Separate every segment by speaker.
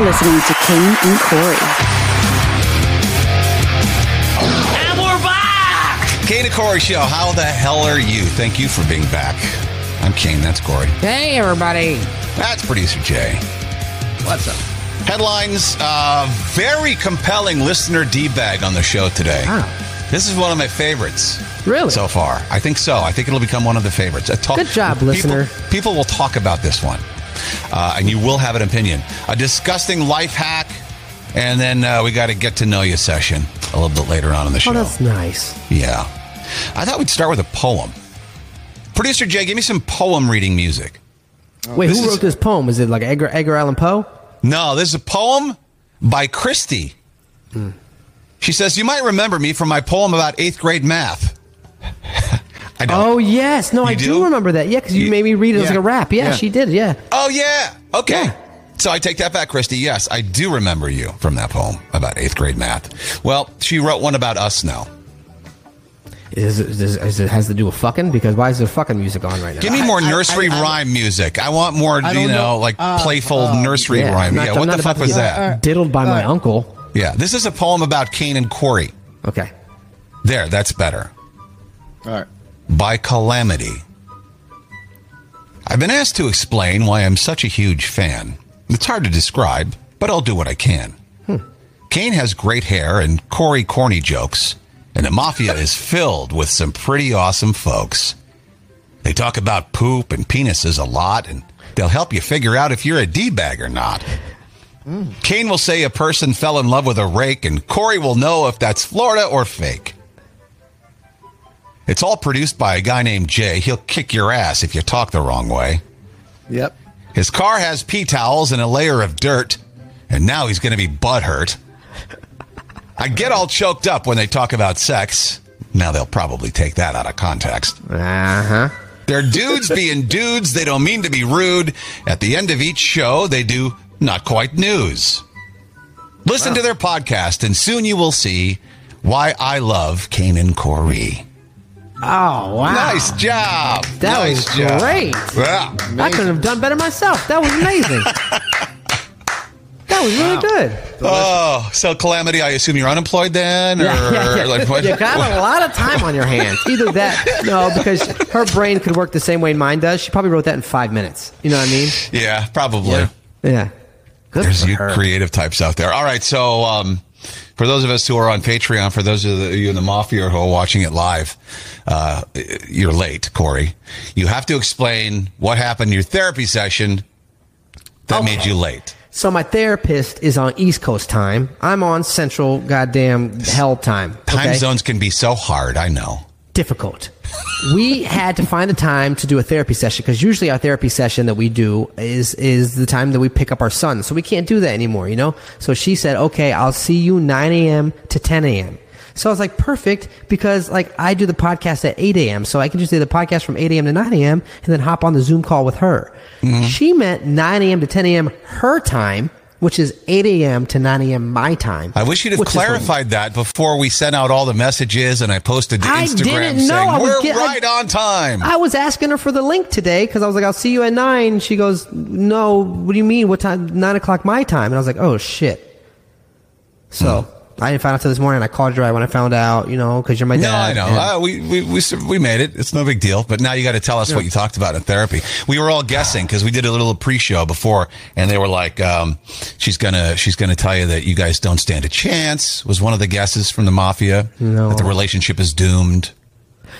Speaker 1: listening to King and Corey.
Speaker 2: And we're back!
Speaker 3: Kane and Corey Show, how the hell are you? Thank you for being back. I'm Kane, that's Corey.
Speaker 4: Hey, everybody.
Speaker 3: That's producer Jay.
Speaker 4: What's up?
Speaker 3: Headlines uh, very compelling listener D bag on the show today. This is one of my favorites.
Speaker 4: Ah. Really?
Speaker 3: So far. I think so. I think it'll become one of the favorites. A talk-
Speaker 4: Good job,
Speaker 3: people-
Speaker 4: listener.
Speaker 3: People will talk about this one, uh, and you will have an opinion. A disgusting life hack, and then uh, we got to get to know you session a little bit later on in the show.
Speaker 4: Oh, that's nice.
Speaker 3: Yeah. I thought we'd start with a poem. Producer Jay, give me some poem reading music.
Speaker 4: Wait,
Speaker 3: this
Speaker 4: who
Speaker 3: is-
Speaker 4: wrote this poem? Is it like Edgar, Edgar Allan Poe?
Speaker 3: No, this is a poem by Christy. She says, You might remember me from my poem about eighth grade math. I don't.
Speaker 4: Oh, yes. No, I
Speaker 3: do?
Speaker 4: do? remember that. Yeah, because you
Speaker 3: You-
Speaker 4: made me read it as
Speaker 3: yeah.
Speaker 4: like a rap. Yeah,
Speaker 3: Yeah.
Speaker 4: she did. Yeah.
Speaker 3: Oh, yeah. Okay. So I take that back, Christy. Yes, I do remember you from that poem about eighth grade math. Well, she wrote one about us now.
Speaker 4: Is it, is, it- is it has to do with fucking? Because why is there fucking music on right now?
Speaker 3: Give me more nursery rhyme music. I want more, you know, like playful nursery
Speaker 4: Yeah,
Speaker 3: rhyme.
Speaker 4: I'm not-
Speaker 3: yeah,
Speaker 4: I'm
Speaker 3: what
Speaker 4: not
Speaker 3: the
Speaker 4: about
Speaker 3: fuck
Speaker 4: to
Speaker 3: was
Speaker 4: get
Speaker 3: that?
Speaker 4: Diddled by my uncle.
Speaker 3: Yeah, this is a poem about Cain and Corey.
Speaker 4: Okay.
Speaker 3: There, that's better.
Speaker 5: All right.
Speaker 3: By calamity. I've been asked to explain why I'm such a huge fan. It's hard to describe, but I'll do what I can.
Speaker 5: Hmm.
Speaker 3: Kane has great hair and Corey corny jokes, and the mafia is filled with some pretty awesome folks. They talk about poop and penises a lot, and they'll help you figure out if you're a D bag or not.
Speaker 5: Hmm.
Speaker 3: Kane will say a person fell in love with a rake, and Corey will know if that's Florida or fake. It's all produced by a guy named Jay. He'll kick your ass if you talk the wrong way.
Speaker 5: Yep.
Speaker 3: His car has pee towels and a layer of dirt, and now he's going to be butthurt. I get all choked up when they talk about sex. Now they'll probably take that out of context.
Speaker 4: Uh huh.
Speaker 3: They're dudes being dudes. They don't mean to be rude. At the end of each show, they do not quite news. Listen to their podcast, and soon you will see why I love Kane and Corey.
Speaker 4: Oh, wow.
Speaker 3: Nice job.
Speaker 4: That
Speaker 3: nice
Speaker 4: was
Speaker 3: job.
Speaker 4: great.
Speaker 3: Yeah.
Speaker 4: I couldn't have done better myself. That was amazing. that was really good.
Speaker 3: Oh, so calamity. I assume you're unemployed then, or
Speaker 4: Yeah, yeah, yeah.
Speaker 3: like what?
Speaker 4: you got a lot of time on your hands. Either that, no, because her brain could work the same way mine does. She probably wrote that in five minutes. You know what I mean?
Speaker 3: Yeah, probably.
Speaker 4: Yeah. Good
Speaker 3: There's
Speaker 4: for
Speaker 3: you
Speaker 4: her.
Speaker 3: creative types out there. All right, so um, for those of us who are on Patreon, for those of the, you in the mafia who are watching it live, uh, you're late, Corey. You have to explain what happened in your therapy session that made you late.
Speaker 4: So my therapist is on East Coast time. I'm on Central goddamn hell time.
Speaker 3: Time
Speaker 4: okay?
Speaker 3: zones can be so hard. I know.
Speaker 4: difficult. we had to find a time to do a therapy session because usually our therapy session that we do is is the time that we pick up our son. So we can't do that anymore, you know. So she said, "Okay, I'll see you 9 a.m. to 10 a.m." So I was like, "Perfect," because like I do the podcast at 8 a.m., so I can just do the podcast from 8 a.m. to 9 a.m. and then hop on the Zoom call with her.
Speaker 3: Mm-hmm.
Speaker 4: She meant 9 a.m. to 10 a.m. her time. Which is 8 a.m. to 9 a.m. my time.
Speaker 3: I wish you'd have
Speaker 4: which is when-
Speaker 3: clarified that before we sent out all the messages and I posted to
Speaker 4: I
Speaker 3: Instagram
Speaker 4: didn't know.
Speaker 3: saying
Speaker 4: I was
Speaker 3: we're
Speaker 4: get- I-
Speaker 3: right on time.
Speaker 4: I was asking her for the link today because I was like, I'll see you at nine. She goes, No, what do you mean? What time? Nine o'clock my time. And I was like, Oh shit. So
Speaker 3: Hmm.
Speaker 4: I didn't find out till this morning. I called you right when I found out, you know, because you're my
Speaker 3: No, I
Speaker 4: dad.
Speaker 3: know.
Speaker 4: and-
Speaker 3: Uh, we, we, we, we made it. It's no big deal. But now you got to tell us what you talked about in therapy. We were all guessing because we did a little pre-show before, and they were like, um, "She's gonna, she's gonna tell you that you guys don't stand a chance." Was one of the guesses from the mafia that the relationship is doomed.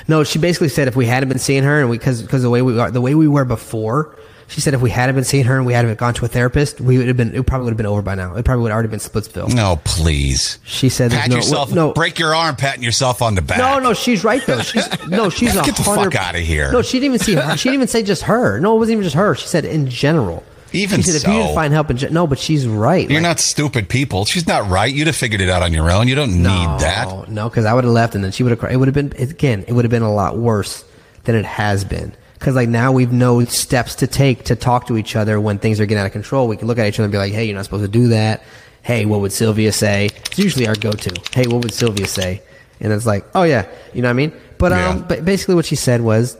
Speaker 4: No, she basically said if we hadn't been seeing her and we because because the way we are the way we were before, she said if we hadn't been seeing her and we hadn't gone to a therapist, we would have been it probably would have been over by now. It probably would have already been Splitsville.
Speaker 3: No, please.
Speaker 4: She said there's
Speaker 3: Pat
Speaker 4: no,
Speaker 3: yourself.
Speaker 4: no
Speaker 3: Break your arm, patting yourself on the back.
Speaker 4: No, no, she's right though. She's no, she's a
Speaker 3: Get the fuck
Speaker 4: hundred-
Speaker 3: outta here.
Speaker 4: No, she didn't even see her. She didn't even say just her. No, it wasn't even just her. She said in general.
Speaker 3: Even
Speaker 4: she said if
Speaker 3: so.
Speaker 4: you didn't find help in gen- no, but she's right.
Speaker 3: You're
Speaker 4: Like,
Speaker 3: not stupid people. She's not right. You'd have figured it out on your own. You don't
Speaker 4: no,
Speaker 3: need that.
Speaker 4: No, because I would have left, and then she would have. cried. It would have been again. It would have been a lot worse than it has been. Because like now we've no steps to take to talk to each other when things are getting out of control. We can look at each other and be like, "Hey, you're not supposed to do that." Hey, what would Sylvia say? It's usually our go-to. Hey, what would Sylvia say? And it's like, oh yeah, you know what I mean. But um,
Speaker 3: Yeah.
Speaker 4: but basically what she said was,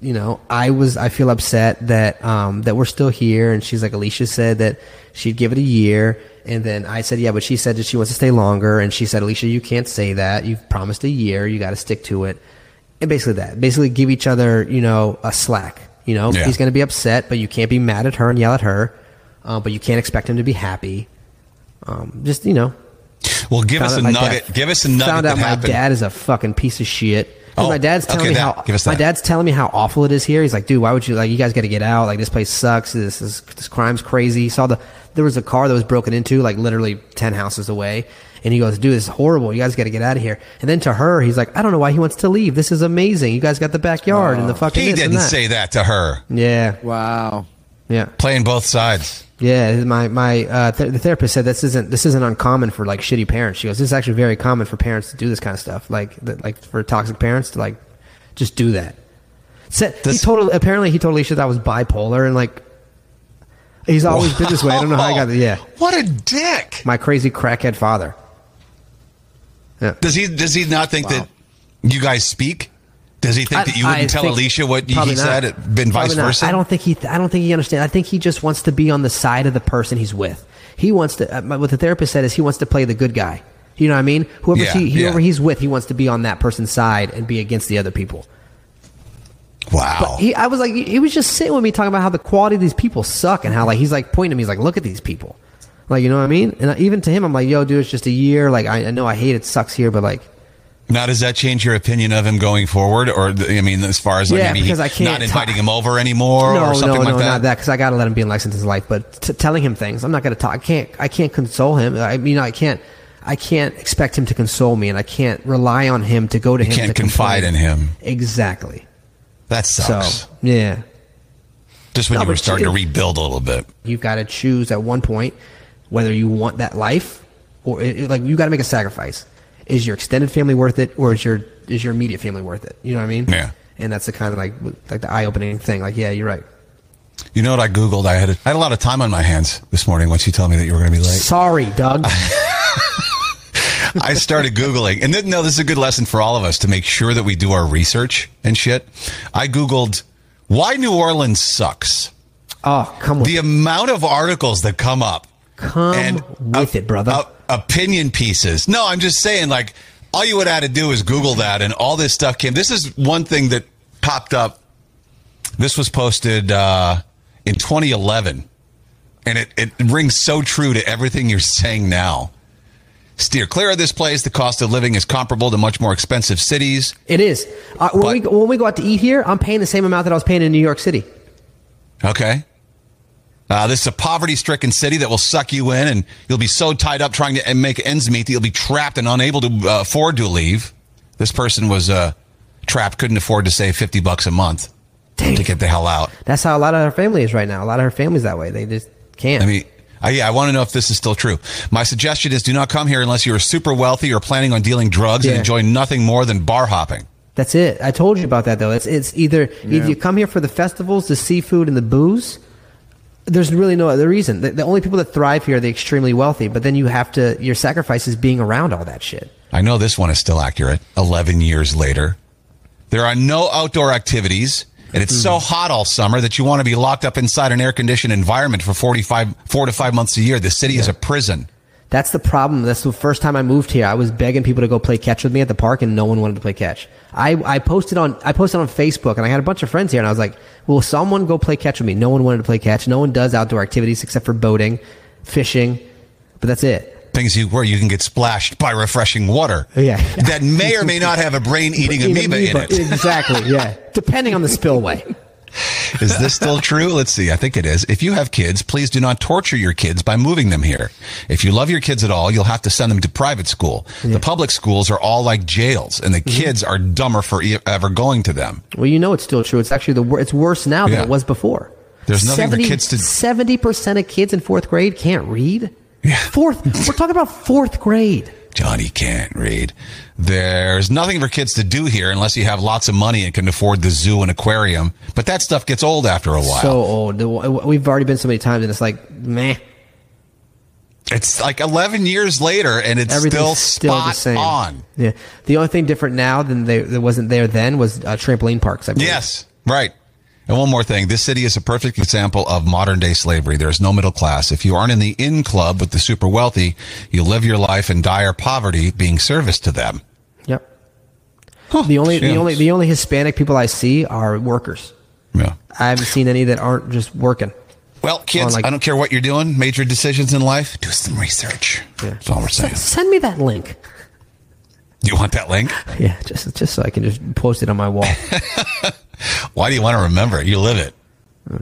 Speaker 4: you know, I was I feel upset that um that we're still here and she's like Alicia said that she'd give it a year and then I said yeah, but she said that she wants to stay longer and she said Alicia you can't say that. You've promised a year, you got to stick to it. And basically that. Basically give each other, you know, a slack, you know.
Speaker 3: Yeah.
Speaker 4: He's going to be upset, but you can't be mad at her and yell at her. Uh, but you can't expect him to be happy. Um, just, you know,
Speaker 3: Well, give us a
Speaker 4: Found out my
Speaker 3: nugget.
Speaker 4: dad-
Speaker 3: Give us a nugget.
Speaker 4: Found out
Speaker 3: that
Speaker 4: my
Speaker 3: happened.
Speaker 4: dad is a fucking piece of shit. 'Cause
Speaker 3: Oh,
Speaker 4: my dad's telling
Speaker 3: okay,
Speaker 4: me
Speaker 3: that.
Speaker 4: how
Speaker 3: Give us
Speaker 4: my
Speaker 3: that.
Speaker 4: dad's telling me how awful it is here. He's like, dude, why would you like? You guys got to get out. Like this place sucks. This is this crime's crazy. He saw the there was a car that was broken into like literally ten houses away, and he goes, dude, this is horrible. You guys got to get out of here. And then to her, he's like, I don't know why he wants to leave. This is amazing. You guys got the backyard and the fucking.
Speaker 3: Oh. He
Speaker 4: this and
Speaker 3: didn't
Speaker 4: that."
Speaker 3: say that to her.
Speaker 4: Yeah,
Speaker 5: Wow.
Speaker 4: yeah.
Speaker 3: Playing both sides.
Speaker 4: Yeah, my my uh, th- the therapist said this isn't this isn't uncommon for like shitty parents. She goes, this is actually very common for parents to do this kind of stuff. Like that, like for toxic parents to like just do that. Said, he
Speaker 3: This-
Speaker 4: totally apparently he totally should that was bipolar and like he's always been this way. I don't know how I got the yeah.
Speaker 3: What a dick.
Speaker 4: My crazy crackhead father.
Speaker 3: Does he? Does he not think that you guys speak? Does he think
Speaker 4: I-
Speaker 3: that you wouldn't
Speaker 4: I
Speaker 3: tell
Speaker 4: think-
Speaker 3: Alicia what he
Speaker 4: probably not.
Speaker 3: said? and Been vice
Speaker 4: Probably not.
Speaker 3: versa.
Speaker 4: I don't think he. Th- I don't think he understands. I think he just wants to be on the side of the person he's with. He wants to. Uh, my- what the therapist said is he wants to play the good guy. You know what I mean? Whoever
Speaker 3: Yeah,
Speaker 4: he, whoever
Speaker 3: yeah.
Speaker 4: he's with, he wants to be on that person's side and be against the other people.
Speaker 3: Wow.
Speaker 4: He, I was like, he was just sitting with me talking about how the quality of these people suck and how like he's like pointing to me, he's like, look at these people, like you know what I mean? And I, even to him, I'm like, yo, dude, it's just a year. Like I, I know I hate it, sucks here, but like
Speaker 3: now, does that change your opinion of him going forward? Or I mean, as far as like
Speaker 4: Yeah,
Speaker 3: maybe
Speaker 4: because
Speaker 3: he,
Speaker 4: I can't
Speaker 3: not
Speaker 4: t-
Speaker 3: inviting him over anymore
Speaker 4: no,
Speaker 3: or something
Speaker 4: no,
Speaker 3: like
Speaker 4: no,
Speaker 3: that.
Speaker 4: not that because I gotta let him be in Lexington's life. But t- telling him things, I'm not gonna talk. I can't. I can't console him. I mean, I can't. I can't expect him to console me, and I can't rely on him to go to him.
Speaker 3: can't
Speaker 4: to
Speaker 3: confide
Speaker 4: complain.
Speaker 3: in him.
Speaker 4: Exactly.
Speaker 3: That sucks.
Speaker 4: So yeah,
Speaker 3: Just when
Speaker 4: No,
Speaker 3: you were
Speaker 4: but
Speaker 3: starting to
Speaker 4: it-
Speaker 3: rebuild a little bit.
Speaker 4: you've got to choose at one point whether you want that life or it, it- like you got to make a sacrifice. Is your extended family worth it, or is your is your immediate family worth it? You know what I mean?
Speaker 3: Yeah.
Speaker 4: And that's the kind of like like the eye opening thing. Like, yeah, you're right.
Speaker 3: You know what I googled? I had a, I had a lot of time on my hands this morning once you told me that you were going to be late.
Speaker 4: Sorry, Doug.
Speaker 3: I started googling, and then, no, this is a good lesson for all of us to make sure that we do our research and shit. I googled why New Orleans sucks.
Speaker 4: oh, come on.
Speaker 3: The amount of articles that come up,
Speaker 4: Come with it, brother.
Speaker 3: op- opinion pieces. No, I'm just saying, like all you would have to do is Google that, and all this stuff came. This is one thing that popped up. This was posted uh, in 2011, and it, it rings so true to everything you're saying now. Steer clear of this place. The cost of living is comparable to much more expensive cities.
Speaker 4: It is. Uh, when,
Speaker 3: But-
Speaker 4: we, when we go out to eat here, I'm paying the same amount that I was paying in New York City.
Speaker 3: Okay. Uh, this is a poverty stricken city that will suck you in, and you'll be so tied up trying to make ends meet that you'll be trapped and unable to uh, afford to leave. This person was uh, trapped, couldn't afford to save 50 bucks a month
Speaker 4: Dang.
Speaker 3: to get the hell out.
Speaker 4: That's how a lot of her family is right now. A lot of her family's that way. They just can't.
Speaker 3: I mean, I, yeah, I want to know if this is still true. My suggestion is do not come here unless you are super wealthy or planning on dealing drugs and
Speaker 4: Yeah.
Speaker 3: enjoy nothing more than bar hopping.
Speaker 4: That's it. I told you about that though. It's it's either either you come here for the festivals, the seafood, and the booze. There's really no other reason. The, the only people that thrive here are the extremely wealthy. But then you have to your sacrifice is being around all that shit.
Speaker 3: I know this one is still accurate 11 years later. There are no outdoor activities, and it's so hot all summer that you want to be locked up inside an air conditioned environment for 45, four to five months a year. The city is a prison.
Speaker 4: That's the problem. That's the first time I moved here. I was begging people to go play catch with me at the park, and no one wanted to play catch. I, I posted on I posted on Facebook, and I had a bunch of friends here, and I was like, "Will someone go play catch with me?" No one wanted to play catch. No one does outdoor activities except for boating, fishing, but that's it.
Speaker 3: Things you, where you can get splashed by refreshing water
Speaker 4: Yeah.
Speaker 3: that may or may not have a brain eating amoeba, in it.
Speaker 4: Exactly. Yeah. Depending on the spillway.
Speaker 3: Is this still true? Let's see. I think it is. If you have kids, please do not torture your kids by moving them here. If you love your kids at all, you'll have to send them to private school. The public schools are all like jails, and the
Speaker 4: Mm-hmm.
Speaker 3: kids are dumber for e- ever going to them.
Speaker 4: Well, you know it's still true. It's actually the wor- it's worse now than
Speaker 3: Yeah.
Speaker 4: it was before.
Speaker 3: There's nothing for kids to-
Speaker 4: Seventy percent of kids in fourth grade can't read.
Speaker 3: Yeah.
Speaker 4: Fourth. We're talking about fourth grade.
Speaker 3: Johnny can't read. There's nothing for kids to do here unless you have lots of money and can afford the zoo and aquarium. But that stuff gets old after a while.
Speaker 4: So old. The- We've already been so many times, and it's like meh.
Speaker 3: it's like 11 years later and it's still
Speaker 4: Everything's still,
Speaker 3: spot
Speaker 4: the same.
Speaker 3: on.
Speaker 4: Yeah. The only thing different now than they, that wasn't there then was uh, trampoline parks. I believe.
Speaker 3: Yes. Right. And one more thing. This city is a perfect example of modern day slavery. There is no middle class. If you aren't in the in club with the super wealthy, you live your life in dire poverty being service to them.
Speaker 4: Yep. the only the
Speaker 3: Jeez.
Speaker 4: only the only Hispanic people I see are workers.
Speaker 3: Yeah.
Speaker 4: I haven't seen any that aren't just working.
Speaker 3: Well, kids,
Speaker 4: Oh, like-
Speaker 3: I don't care what you're doing, major decisions in life, do some research. That's all we're saying.
Speaker 4: Send me that link.
Speaker 3: Do you want that link?
Speaker 4: Yeah, just just so I can just post it on my wall.
Speaker 3: Why do you want to remember it? You live it.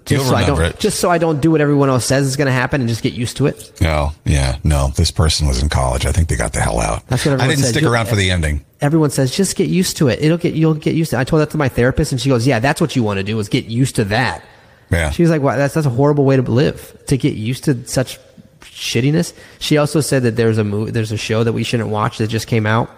Speaker 3: You'll
Speaker 4: Just so I
Speaker 3: remember
Speaker 4: don't
Speaker 3: it.
Speaker 4: just so I don't do what everyone else says is going to happen and just get used to it.
Speaker 3: No, yeah, no. This person was in college. I think they got the hell out.
Speaker 4: That's what
Speaker 3: I
Speaker 4: everyone
Speaker 3: didn't
Speaker 4: said.
Speaker 3: stick
Speaker 4: You-
Speaker 3: around for the ending.
Speaker 4: Everyone says just get used to it. It'll get you'll get used to. it. I told that to my therapist and she goes, "Yeah, that's what you want to do is get used to that."
Speaker 3: Yeah.
Speaker 4: She was like, "Wow, that's that's a horrible way to live to get used to such shittiness." She also said that there's a movie, there's a show that we shouldn't watch that just came out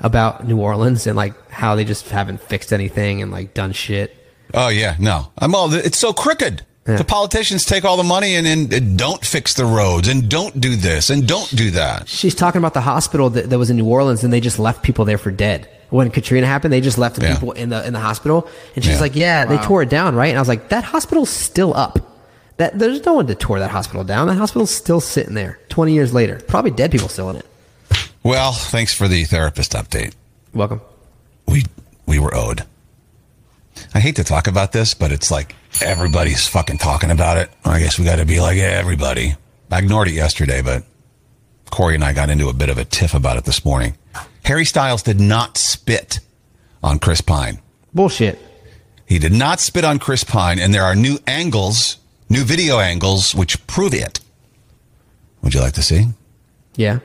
Speaker 4: about New Orleans and like how they just haven't fixed anything and like done shit.
Speaker 3: Oh yeah, no. I'm all. It's so crooked. The politicians take all the money and, and, and don't fix the roads and don't do this and don't do that.
Speaker 4: She's talking about the hospital that, that was in New Orleans and they just left people there for dead. When Katrina happened, they just left the
Speaker 3: Yeah.
Speaker 4: people in the in the hospital, and she's
Speaker 3: Yeah.
Speaker 4: like, "Yeah, they tore it down, right?" And I was like, "That hospital's still up. That there's no one that tore that hospital down. That hospital's still sitting there, twenty years later. Probably dead people still in it."
Speaker 3: Well, thanks for the therapist update.
Speaker 4: Welcome.
Speaker 3: We we were owed. I hate to talk about this, but it's like everybody's fucking talking about it. I guess we got to be like everybody. I ignored it yesterday, but Corey and I got into a bit of a tiff about it this morning. Harry Styles did not spit on Chris Pine.
Speaker 4: Bullshit.
Speaker 3: He did not spit on Chris Pine, and there are new angles, new video angles, which prove it. Would you like to see?
Speaker 4: Yeah.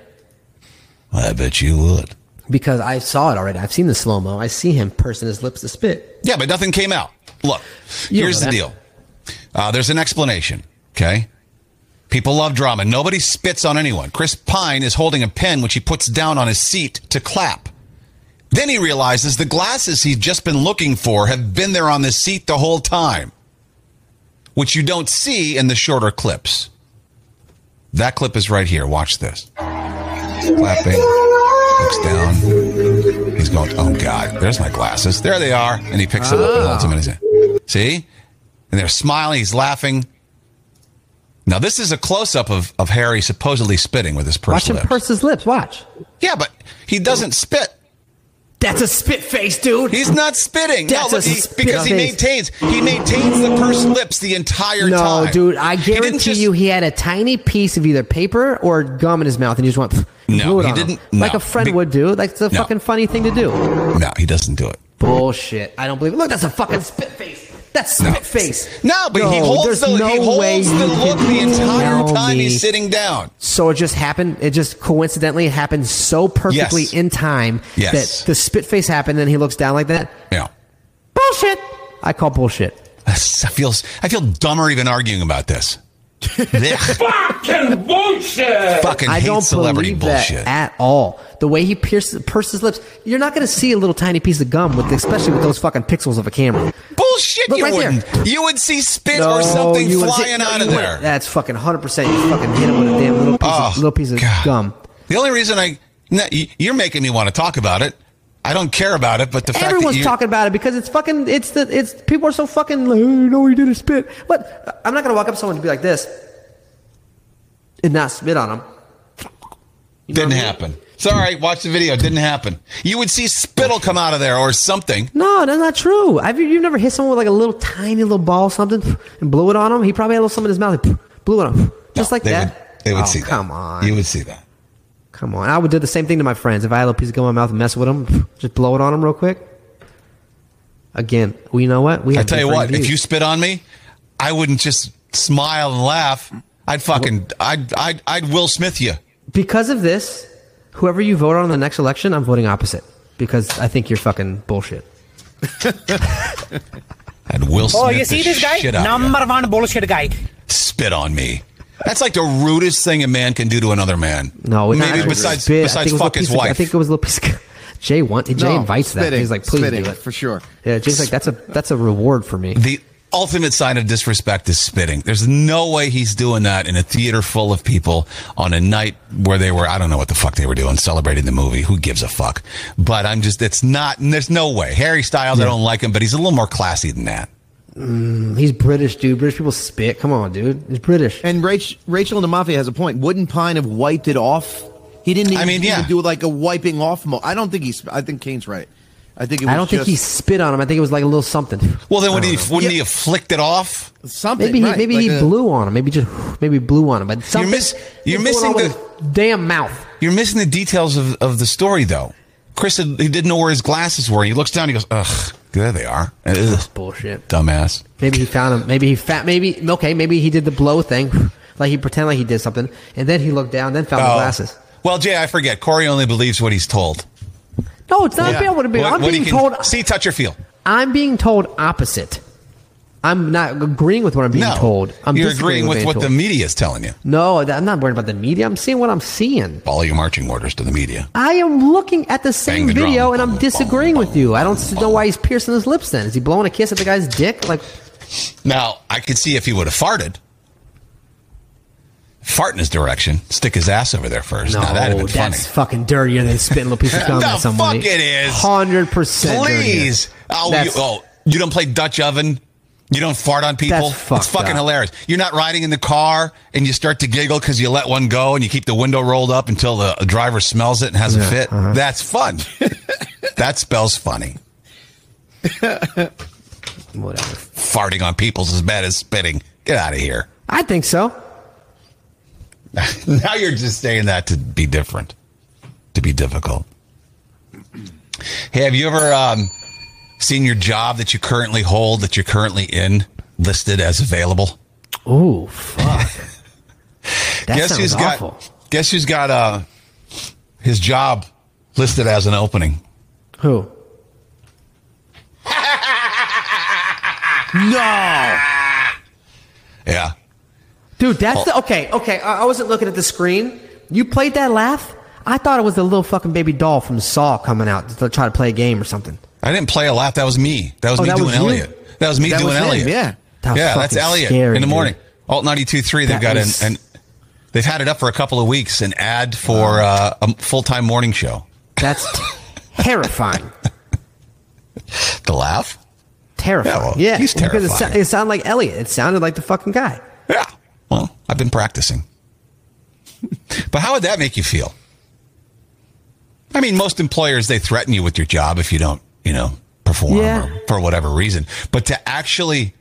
Speaker 3: I bet you would.
Speaker 4: Because I saw it already. I've seen the slow mo. I see him pursing his lips to spit.
Speaker 3: Yeah, but nothing came out. Look,
Speaker 4: You
Speaker 3: here's
Speaker 4: know
Speaker 3: the
Speaker 4: that.
Speaker 3: deal. Uh, there's an explanation. Okay. People love drama. Nobody spits on anyone. Chris Pine is holding a pen, which he puts down on his seat to clap. Then he realizes the glasses he's just been looking for have been there on the seat the whole time, which you don't see in the shorter clips. That clip is right here. Watch this. Clapping. Looks down. He's going, oh God, there's my glasses. There they are. And he picks them up and holds them in his hand. See? And they're smiling. He's laughing. Now, this is a close up of, of Harry supposedly spitting with his
Speaker 4: Watch
Speaker 3: pursed
Speaker 4: him
Speaker 3: lips.
Speaker 4: purse his lips. Watch.
Speaker 3: yeah, but he doesn't spit.
Speaker 4: That's a spit face, dude.
Speaker 3: He's not spitting.
Speaker 4: That's
Speaker 3: no,
Speaker 4: a
Speaker 3: but he,
Speaker 4: spit
Speaker 3: because he
Speaker 4: face.
Speaker 3: maintains he maintains the pursed lips the entire
Speaker 4: no,
Speaker 3: time.
Speaker 4: dude, I
Speaker 3: He didn't
Speaker 4: guarantee
Speaker 3: just-
Speaker 4: you he had a tiny piece of either paper or gum in his mouth and he just went,
Speaker 3: No,
Speaker 4: blew it
Speaker 3: he
Speaker 4: on him.
Speaker 3: didn't- no.
Speaker 4: Like a friend
Speaker 3: Be-
Speaker 4: would do. Like, it's a
Speaker 3: No.
Speaker 4: fucking funny thing to do.
Speaker 3: No, he doesn't do it.
Speaker 4: Bullshit. I don't believe it. Look, that's a fucking spit face. That's spit face.
Speaker 3: No, but he holds
Speaker 4: there's
Speaker 3: the he
Speaker 4: way
Speaker 3: holds the
Speaker 4: you
Speaker 3: look
Speaker 4: can
Speaker 3: the entire
Speaker 4: tell
Speaker 3: time
Speaker 4: me.
Speaker 3: he's sitting down.
Speaker 4: So it just happened. It just coincidentally happened so perfectly
Speaker 3: Yes.
Speaker 4: in time
Speaker 3: Yes.
Speaker 4: that the spit face happened, and he looks down like that.
Speaker 3: Yeah.
Speaker 4: Bullshit. I call bullshit.
Speaker 3: I feel I feel dumber even arguing about this. Blech.
Speaker 2: Fucking bullshit!
Speaker 3: fucking
Speaker 4: I
Speaker 3: hate
Speaker 4: don't
Speaker 3: celebrity
Speaker 4: believe that
Speaker 3: bullshit.
Speaker 4: at all. The way he pierces, purses his lips, you're not going to see a little tiny piece of gum with, especially with those fucking pixels of a camera.
Speaker 3: bullshit,
Speaker 4: Look
Speaker 3: you
Speaker 4: right there.
Speaker 3: wouldn't. You would see spit or something
Speaker 4: you would say-
Speaker 3: flying
Speaker 4: no,
Speaker 3: out of
Speaker 4: you
Speaker 3: there.
Speaker 4: wouldn't. That's fucking hundred percent. You fucking hit him with a damn little piece,
Speaker 3: Oh,
Speaker 4: of, little piece of
Speaker 3: God.
Speaker 4: gum.
Speaker 3: The only reason I no, y- you're making me want to talk about it. I don't care about it, but the fact that
Speaker 4: Everyone's
Speaker 3: you
Speaker 4: talking about it because it's fucking. It's the. It's people are so fucking. Like, oh, you know, he did a spit. What? I'm not gonna walk up to someone and be like this, and not spit on them.
Speaker 3: didn't happen. Sorry, watch the video. Didn't happen. You would see spittle come out of there or something.
Speaker 4: No, that's not true. Have you you've never hit someone with like a little tiny little ball or something and blew it on him? He probably had a little something in his mouth. and blew it on him, just
Speaker 3: No,
Speaker 4: like
Speaker 3: they
Speaker 4: that.
Speaker 3: Would, they would
Speaker 4: Oh,
Speaker 3: see that.
Speaker 4: Come on,
Speaker 3: You would see that.
Speaker 4: come on. I would do the same thing to my friends if I had a little piece of gum in my mouth and mess with them. Just blow it on them real quick. Again, we know what we.
Speaker 3: I
Speaker 4: Have
Speaker 3: tell you
Speaker 4: different
Speaker 3: what, if
Speaker 4: views.
Speaker 3: you spit on me, I wouldn't just smile and laugh. I'd fucking, I'd, I'd, I'd Will Smith you.
Speaker 4: because of this, whoever you vote on in the next election, I'm voting opposite because I think you're fucking bullshit.
Speaker 3: I'd Will Smith.
Speaker 6: Oh, you see
Speaker 3: the
Speaker 6: this guy?
Speaker 3: Shit out of you.
Speaker 6: Number one bullshit guy.
Speaker 3: spit on me. That's like the rudest thing a man can do to another man.
Speaker 4: No, it's not
Speaker 3: maybe
Speaker 4: actually
Speaker 3: besides
Speaker 4: spit. I
Speaker 3: besides
Speaker 4: think it was a
Speaker 3: fuck
Speaker 4: piece
Speaker 3: his
Speaker 4: of-
Speaker 3: wife.
Speaker 4: I think it was a little piece. Of, Jay wants. Jay
Speaker 5: No,
Speaker 4: invites that.
Speaker 5: spitting,
Speaker 4: He's like, please
Speaker 5: spitting,
Speaker 4: do it
Speaker 5: for sure.
Speaker 4: Yeah, Jay's like, that's a that's a reward for me.
Speaker 3: the ultimate sign of disrespect is spitting. There's no way he's doing that in a theater full of people on a night where they were I don't know what the fuck they were doing celebrating the movie. Who gives a fuck? But I'm just it's not. There's no way. Harry Styles, I don't like him, but he's a little more classy than that.
Speaker 4: Mm, he's British, dude. British people spit. Come on, dude. He's British.
Speaker 6: And Rach- Rachel and the Mafia has a point. Wouldn't Pine have wiped it off? He didn't. Even,
Speaker 3: I mean,
Speaker 6: he didn't
Speaker 3: yeah.
Speaker 6: do like a wiping off. Mo- I don't think he's. I think Kane's right. I think. It was
Speaker 4: I don't think
Speaker 6: just
Speaker 4: he spit on him. I think it was like a little something.
Speaker 3: Well, then wouldn't he, wouldn't
Speaker 6: Yeah.
Speaker 3: he have flicked it off?
Speaker 6: something.
Speaker 4: Maybe he,
Speaker 6: right,
Speaker 4: maybe
Speaker 6: like
Speaker 4: he
Speaker 6: a-
Speaker 4: blew on him. Maybe just maybe blew on him. But something,
Speaker 3: miss- you're
Speaker 4: what's going
Speaker 3: missing
Speaker 4: on with his damn mouth.
Speaker 3: You're missing the details of, of the story, though. Chris, had, he didn't know where his glasses were. He looks down. He goes, "Ugh, there they are." Uh, Ugh,
Speaker 4: Bullshit.
Speaker 3: dumbass.
Speaker 4: Maybe he found him. Maybe he fat. Maybe okay. Maybe he did the blow thing, like he pretended like he did something, and then he looked down, then found the
Speaker 3: Oh.
Speaker 4: glasses.
Speaker 3: Well, Jay, I forget. Corey only believes what he's told.
Speaker 4: No, it's not yeah. what it be.
Speaker 3: What-
Speaker 4: I'm
Speaker 3: what he
Speaker 4: being
Speaker 3: can
Speaker 4: told.
Speaker 3: see, touch, or feel.
Speaker 4: I'm being told opposite. I'm not agreeing with what I'm being
Speaker 3: No,
Speaker 4: told. I'm
Speaker 3: you're
Speaker 4: disagreeing
Speaker 3: agreeing with
Speaker 4: being
Speaker 3: what the
Speaker 4: told.
Speaker 3: media is telling you.
Speaker 4: No, that- I'm not worried about the media. I'm seeing what I'm seeing.
Speaker 3: Follow your marching orders to the media.
Speaker 4: I am looking at the same
Speaker 3: the drum.
Speaker 4: video and I'm disagreeing with you. I don't s- know why he's piercing his lips. Then is he blowing a kiss at the guy's dick? Like
Speaker 3: Now, I could see if he would have farted. Fart in his direction. Stick his ass over there first.
Speaker 4: no,
Speaker 3: now, that'd have been funny.
Speaker 4: that's fucking dirtier than spitting a little piece of gum
Speaker 3: The
Speaker 4: at somebody.
Speaker 3: fuck it is.
Speaker 4: Hundred percent.
Speaker 3: Please. Oh you, oh, you don't play Dutch oven? You don't fart on people?
Speaker 4: That's fucked
Speaker 3: it's fucking
Speaker 4: up.
Speaker 3: hilarious. You're not riding in the car and you start to giggle because you let one go and you keep the window rolled up until the driver smells it and has a fit.
Speaker 4: uh-huh.
Speaker 3: That's fun. that spells funny.
Speaker 4: Whatever.
Speaker 3: Farting on people's as bad as spitting. Get out of here.
Speaker 4: I think so.
Speaker 3: now you're just saying that to be different, to be difficult. Hey, have you ever um, seen your job that you currently hold, that you're currently in, listed as available?
Speaker 4: Ooh, fuck. That
Speaker 3: guess
Speaker 4: sounds
Speaker 3: who's
Speaker 4: awful.
Speaker 3: got? Guess who's got uh, his job listed as an opening?
Speaker 4: Who?
Speaker 3: Yeah,
Speaker 4: Dude, that's the okay. Okay, I, I wasn't looking at the screen. You played that laugh. I thought it was the little fucking baby doll from Saw coming out to try to play a game or something.
Speaker 3: I didn't play a laugh. That was me. That was
Speaker 4: Oh,
Speaker 3: me
Speaker 4: that
Speaker 3: doing
Speaker 4: was you?
Speaker 3: Elliot. That was me
Speaker 6: That
Speaker 3: doing
Speaker 6: was him,
Speaker 3: Elliot.
Speaker 6: yeah.
Speaker 4: That was
Speaker 3: yeah, that's
Speaker 4: fucking
Speaker 3: Elliot
Speaker 4: scary,
Speaker 3: in the morning.
Speaker 4: dude.
Speaker 3: Alt 92.3, they've
Speaker 4: That
Speaker 3: got
Speaker 4: was-
Speaker 3: an, an, they've had it up for a couple of weeks, an ad for uh, a full time morning show.
Speaker 4: That's terrifying.
Speaker 3: The laugh?
Speaker 4: Terrifying.
Speaker 3: Yeah, well,
Speaker 4: yeah
Speaker 3: he's
Speaker 4: because it,
Speaker 3: terrifying.
Speaker 4: sou- it sounded like Elliot. It sounded like the fucking guy.
Speaker 3: Yeah. Well, I've been practicing. but how would that make you feel? I mean, most employers, they threaten you with your job if you don't, you know, perform
Speaker 4: Yeah.
Speaker 3: or for whatever reason. But to actually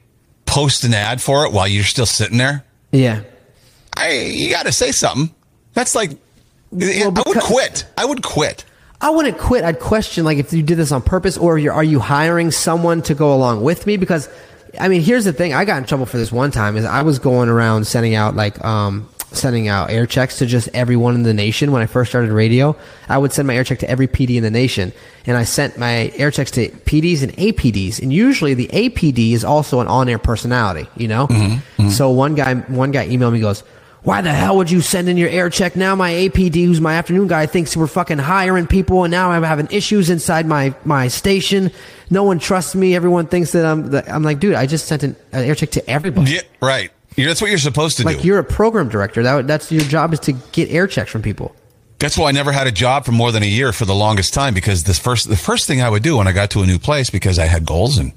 Speaker 3: post an ad for it while you're still sitting there,
Speaker 4: Yeah.
Speaker 3: I, you got to say something. That's like, I would
Speaker 4: because-
Speaker 3: quit. I would quit.
Speaker 4: I wouldn't quit. I'd question like if you did this on purpose or you're, are you hiring someone to go along with me? Because I mean, here's the thing. I got in trouble for this one time is I was going around sending out like, um, sending out air checks to just everyone in the nation. When I first started radio, I would send my air check to every PD in the nation. And I sent my air checks to PDs and APDs. And usually the APD is also an on-air personality, you know?
Speaker 3: Mm-hmm.
Speaker 4: So one guy, one guy emailed me, goes, why the hell would you send in your air check now? My APD, who's my afternoon guy, thinks we're fucking hiring people, and now I'm having issues inside my my station. No one trusts me. Everyone thinks that I'm. That I'm like, dude, I just sent an, an air check to everybody.
Speaker 3: Yeah, right. You're, that's what you're supposed to
Speaker 4: Like
Speaker 3: do.
Speaker 4: you're a program director. That that's your job is to get air checks from people.
Speaker 3: That's why I never had a job for more than a year for the longest time because this first the first thing I would do when I got to a new place because I had goals and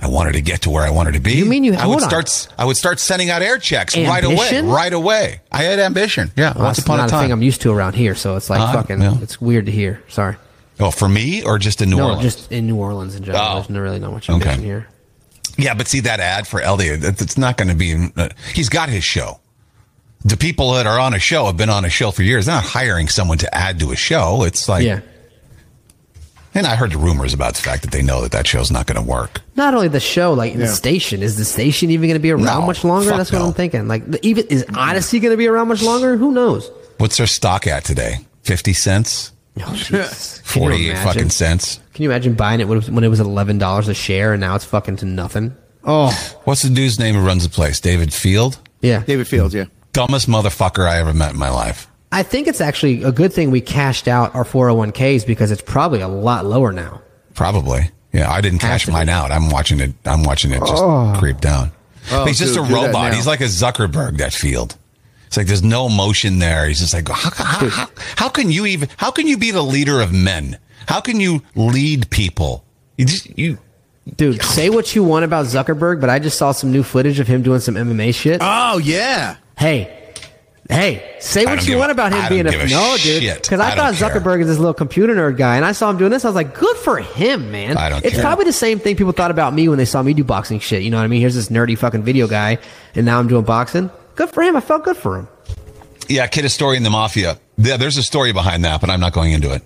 Speaker 3: I wanted to get to where I wanted to be.
Speaker 4: You mean you-
Speaker 3: I would
Speaker 4: hold on.
Speaker 3: start s- I would start sending out air checks right away.
Speaker 4: Ambition?
Speaker 3: Right away. I had ambition. Yeah,
Speaker 4: Well,
Speaker 3: once
Speaker 4: that's
Speaker 3: upon
Speaker 4: not
Speaker 3: a
Speaker 4: thing I'm
Speaker 3: time.
Speaker 4: used to around here, so it's like
Speaker 3: Uh,
Speaker 4: fucking.
Speaker 3: no.
Speaker 4: It's weird to hear. Sorry.
Speaker 3: oh, for me or just in New
Speaker 4: no,
Speaker 3: Orleans?
Speaker 4: just in New Orleans in general.
Speaker 3: Oh.
Speaker 4: There's no- really not much
Speaker 3: Okay.
Speaker 4: ambition here.
Speaker 3: yeah, but see that ad for Elliot, that- that's not going to be uh, he's got his show. The people that are on a show have been on a show for years. They're not hiring someone to add to a show. It's like
Speaker 4: yeah.
Speaker 3: and I heard the rumors about the fact that they know that that show's not going to work.
Speaker 4: Not only the show, like the
Speaker 5: Yeah.
Speaker 4: station. Is the station even going to be around
Speaker 3: No,
Speaker 4: much longer?
Speaker 3: fuck
Speaker 4: That's what
Speaker 3: no. Mm.
Speaker 4: I'm thinking. Like, the, even is Odyssey going to be around much longer? Who knows?
Speaker 3: What's their stock at today? 50 cents?
Speaker 4: Oh, Jesus. Can you
Speaker 3: 48
Speaker 4: imagine?
Speaker 3: fucking cents?
Speaker 4: Can you imagine buying it when it was- when it was eleven dollars a share and now it's fucking to nothing? Oh
Speaker 3: What's the dude's name who runs the place? David Field?
Speaker 4: yeah.
Speaker 6: David Fields. Yeah.
Speaker 3: Dumbest motherfucker I ever met in my life.
Speaker 4: I think it's actually a good thing we cashed out our 401ks because it's probably a lot lower now.
Speaker 3: Probably. Yeah, I didn't cash
Speaker 4: to
Speaker 3: mine out. I'm watching it. I'm watching it just creep down. But he's just
Speaker 6: dude,
Speaker 3: a
Speaker 6: do that
Speaker 3: robot.
Speaker 6: now.
Speaker 3: He's like a Zuckerberg, that Field. It's like there's no motion there. He's just like, how, how, how, how can you even, how can you be the leader of men? How can you lead people? You just, you,
Speaker 4: Dude, say what you want about Zuckerberg, but I just saw some new footage of him doing some MMA shit.
Speaker 6: Oh yeah.
Speaker 4: hey, hey, say
Speaker 3: I
Speaker 4: what
Speaker 3: don't
Speaker 4: you
Speaker 3: give
Speaker 4: want
Speaker 3: a-
Speaker 4: about him
Speaker 3: I
Speaker 4: being
Speaker 3: don't give a
Speaker 4: no, dude.
Speaker 3: shit.
Speaker 4: Because I,
Speaker 3: I
Speaker 4: thought
Speaker 3: don't care.
Speaker 4: Zuckerberg is this little computer nerd guy, and I saw him doing this. I was like, good for him, man.
Speaker 3: I don't
Speaker 4: It's
Speaker 3: care.
Speaker 4: probably the same thing people thought about me when they saw me do boxing shit. You know what I mean? Here's this nerdy fucking video guy, and now I'm doing boxing. Good for him. I felt good for him.
Speaker 3: Yeah, Kid Historian, The Mafia. Yeah, there's a story behind that, but I'm not going into it.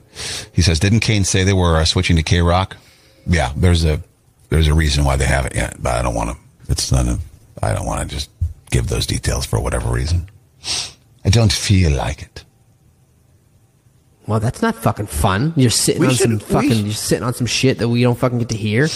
Speaker 3: He says, didn't Kane say they were uh, switching to K Rock? Yeah, there's a there's a reason why they haven't yet, but I don't want to. It's not a. I don't want to just give those details for whatever reason. I don't feel like it.
Speaker 4: Well, that's not fucking fun. You're sitting
Speaker 6: We
Speaker 4: on
Speaker 6: should-
Speaker 4: some
Speaker 6: we
Speaker 4: fucking.
Speaker 6: should-
Speaker 4: You're sitting on some shit that we don't fucking get to hear.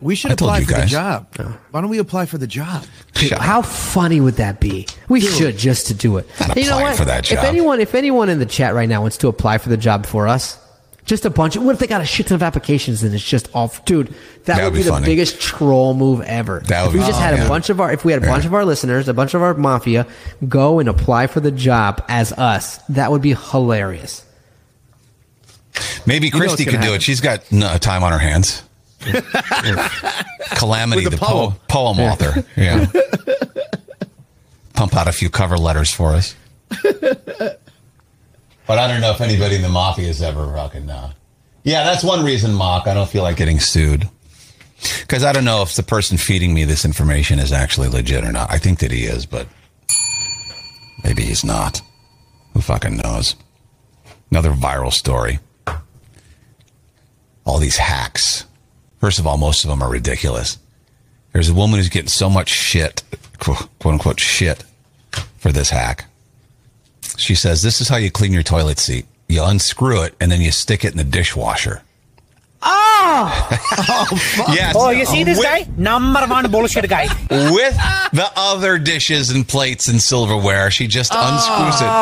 Speaker 6: We should
Speaker 3: I told
Speaker 6: apply
Speaker 3: you
Speaker 6: for the
Speaker 3: guys.
Speaker 6: job. Why don't we apply for the job?
Speaker 4: Dude,
Speaker 3: Shut
Speaker 4: how funny would that be? We should just to do it.
Speaker 3: Not
Speaker 4: And you know
Speaker 3: applying
Speaker 4: what?
Speaker 3: for that
Speaker 4: If
Speaker 3: job.
Speaker 4: anyone, if anyone in the chat right now wants to apply for the job for us, just a bunch. Of, what if they got a shit ton of applications and it's just off? Dude,
Speaker 3: That
Speaker 4: that, would
Speaker 3: would
Speaker 4: be,
Speaker 3: be
Speaker 4: the
Speaker 3: funny.
Speaker 4: biggest troll move ever.
Speaker 3: That would
Speaker 4: if we
Speaker 3: be
Speaker 4: just
Speaker 3: fun,
Speaker 4: had a
Speaker 3: yeah.
Speaker 4: bunch of our, if we had a
Speaker 3: Yeah.
Speaker 4: bunch of our listeners, a bunch of our mafia, go and apply for the job as us. That would be hilarious.
Speaker 3: Maybe
Speaker 6: know
Speaker 3: Christy
Speaker 6: it's gonna
Speaker 3: could do
Speaker 6: happen.
Speaker 3: it. She's got no, time on her hands. Calamity,
Speaker 6: With
Speaker 3: the,
Speaker 6: a
Speaker 3: poem, poem author. Yeah. Pump out a few cover letters for us. But I don't know if anybody in the mafia is ever fucking. Uh, yeah, that's one reason, Mock. I don't feel like getting sued. Because I don't know if the person feeding me this information is actually legit or not. I think that he is, but maybe he's not. Who fucking knows? Another viral story all these hacks. First of all, most of them are ridiculous. There's a woman who's getting so much shit, qu- quote unquote shit, for this hack. She says, This is how you clean your toilet seat. You unscrew it and then you stick it in the dishwasher. Oh! Yes.
Speaker 7: Ah! Oh, you see this
Speaker 3: with,
Speaker 7: guy? Number one bullshit guy.
Speaker 3: With the other dishes and plates and silverware, she just unscrews
Speaker 4: Oh.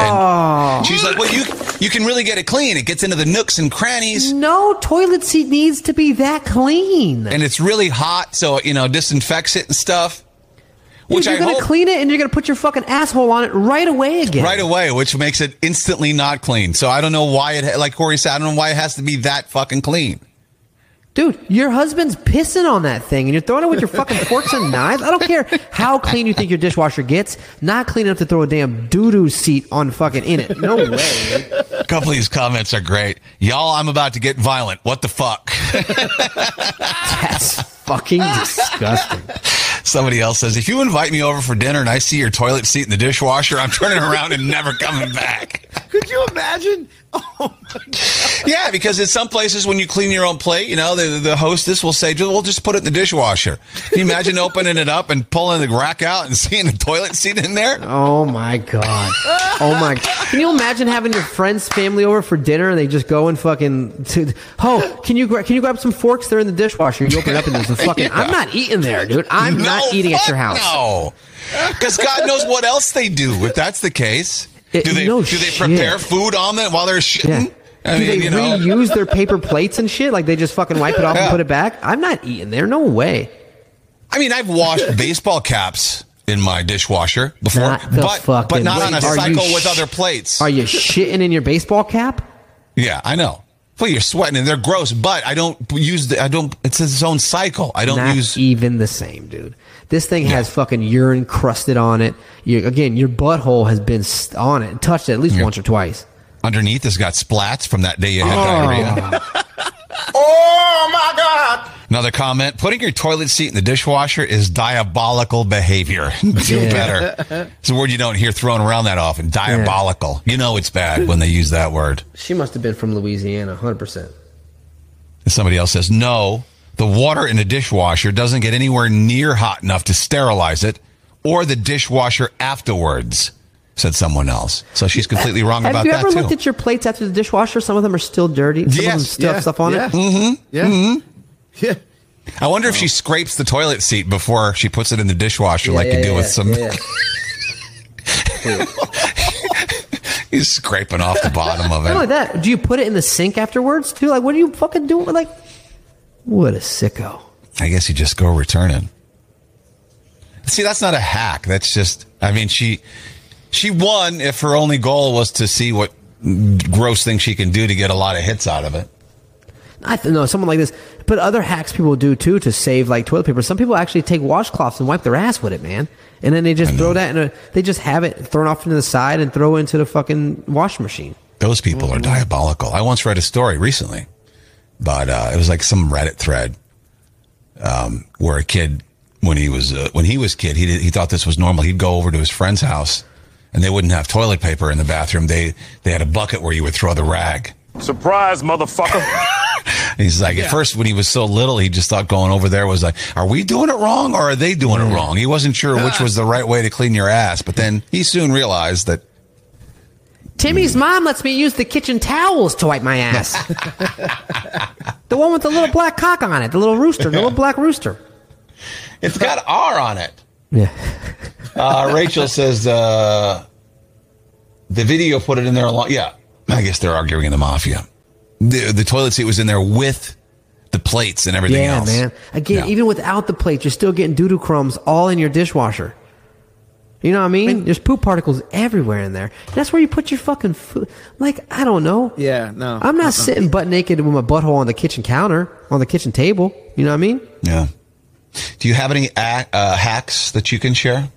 Speaker 3: it. And she's like, Well, you, you can really get it clean. It gets into the nooks and crannies.
Speaker 4: No toilet seat needs to be that clean.
Speaker 3: and it's really hot, so you know disinfects it and stuff.
Speaker 4: Dude,
Speaker 3: Which
Speaker 4: you're
Speaker 3: I
Speaker 4: gonna
Speaker 3: hope
Speaker 4: clean it and you're gonna put your fucking asshole on it right away again.
Speaker 3: right away, which makes it instantly not clean. So I don't know why it, like Corey said, I don't know why it has to be that fucking clean.
Speaker 4: Dude, your husband's pissing on that thing and you're throwing it with your fucking forks and knives. I don't care how clean you think your dishwasher gets. Not clean enough to throw a damn doo doo seat on fucking in it. No way. dude.
Speaker 3: A couple of these comments are great, y'all. I'm about to get violent. What the fuck?
Speaker 4: That's fucking disgusting.
Speaker 3: Somebody else says, if you invite me over for dinner and I see your toilet seat in the dishwasher, I'm turning around and never coming back.
Speaker 6: Could you imagine? Oh my
Speaker 3: Yeah, because in some places when you clean your own plate, you know, the, the hostess will say, "Ju- we'll just put it in the dishwasher. Can you imagine opening it up and pulling the rack out and seeing the toilet seat in there?
Speaker 4: Oh my god. Oh my. Can you imagine having your friends' family over for dinner and they just go and fucking? To, oh, can you gra- can you grab some forks? They're in the dishwasher. You open it up and there's a fucking. I'm not eating there, dude. I'm not
Speaker 3: No,
Speaker 4: eating at
Speaker 3: fuck
Speaker 4: your house.
Speaker 3: No. Because God knows what else they do if that's the case.
Speaker 4: It-
Speaker 3: do they
Speaker 4: Eh, no
Speaker 3: do they
Speaker 4: shit.
Speaker 3: prepare food on it while they're
Speaker 4: Yeah.
Speaker 3: shitting? Hmm? I
Speaker 4: Do
Speaker 3: mean,
Speaker 4: they
Speaker 3: you know.
Speaker 4: reuse their paper plates and shit? Like they just fucking wipe it off and
Speaker 3: Yeah.
Speaker 4: put it back? I'm not eating there. No way.
Speaker 3: I mean, I've washed baseball caps in my dishwasher before,
Speaker 4: Not the
Speaker 3: but
Speaker 4: fucking
Speaker 3: but not
Speaker 4: way.
Speaker 3: on a
Speaker 4: Are you
Speaker 3: cycle with
Speaker 4: sh-
Speaker 3: other plates.
Speaker 4: Are you shitting in your baseball cap?
Speaker 3: Yeah, I know. Well, you're sweating and they're gross, but I don't use the. I don't. It's its own cycle. I don't
Speaker 4: Not
Speaker 3: use.
Speaker 4: even the same, dude. This thing has fucking urine crusted on it. You, again, your butthole has been st- on it, touched it at least once or twice.
Speaker 3: underneath has got splats from that day you had diarrhea.
Speaker 2: Oh my God!
Speaker 3: Another comment: Putting your toilet seat in the dishwasher is diabolical behavior. Do
Speaker 4: Yeah.
Speaker 3: better. It's a word you don't hear thrown around that often. Diabolical. You know it's bad when they use that word.
Speaker 4: She must have been from Louisiana, 100%.
Speaker 3: And somebody else says, no, the water in the dishwasher doesn't get anywhere near hot enough to sterilize it or the dishwasher afterwards, said someone else. So she's completely wrong
Speaker 4: Have
Speaker 3: about
Speaker 4: you
Speaker 3: that,
Speaker 4: ever
Speaker 3: too.
Speaker 4: looked at your plates after the dishwasher? Some of them are still dirty. Some of them
Speaker 3: Yes,
Speaker 4: still have stuff on it.
Speaker 6: Mm-hmm. Yeah. Yeah.
Speaker 3: I wonder if she scrapes the toilet seat before she puts it in the dishwasher, like you do with some. He's scraping off the bottom of
Speaker 4: Kinda
Speaker 3: it.
Speaker 4: like Oh, that. Do you put it in the sink afterwards too? Like, what are you fucking doing? Like, what a sicko.
Speaker 3: I guess you just go return it. See, that's not a hack. That's just. I mean, she she won if her only goal was to see what gross thing she can do to get a lot of hits out of it.
Speaker 4: I th- no, someone like this. But other hacks people do too to save like toilet paper. Some people actually take washcloths and wipe their ass with it, man. And then they just throw that in a, they just have it thrown off into the side and throw it into the fucking washing machine.
Speaker 3: Those people are diabolical. I once read a story recently, but uh, it was like some Reddit thread um, where a kid, when he was uh, when he was kid, he did, he thought this was normal. He'd go over to his friend's house, and they wouldn't have toilet paper in the bathroom. They they had a bucket where you would throw the rag.
Speaker 2: Surprise, motherfucker.
Speaker 3: And he's like, at first when he was so little, he just thought going over there was like, are we doing it wrong or are they doing it wrong? He wasn't sure which was the right way to clean your ass, but then he soon realized that
Speaker 4: Timmy's mom lets me use the kitchen towels to wipe my ass. the one with the little black cock on it, the little rooster, the little black rooster.
Speaker 3: it's got R on it.
Speaker 4: Yeah.
Speaker 3: Uh, Rachel says uh, the video put it in there along. Yeah, I guess they're arguing in the mafia. The, the toilet seat was in there with the plates and everything
Speaker 4: Yeah,
Speaker 3: else.
Speaker 4: man. Again,
Speaker 3: Yeah.
Speaker 4: even without the plate, you're still getting doo doo crumbs all in your dishwasher. You know what I mean? There's poop particles everywhere in there. That's where you put your fucking food. Like, I don't know.
Speaker 6: Yeah, no. uh-uh.
Speaker 4: I'm not sitting butt naked with my butthole on the kitchen counter, on the kitchen table. You know what I mean?
Speaker 3: yeah. Do you have any a- uh, hacks that you can share?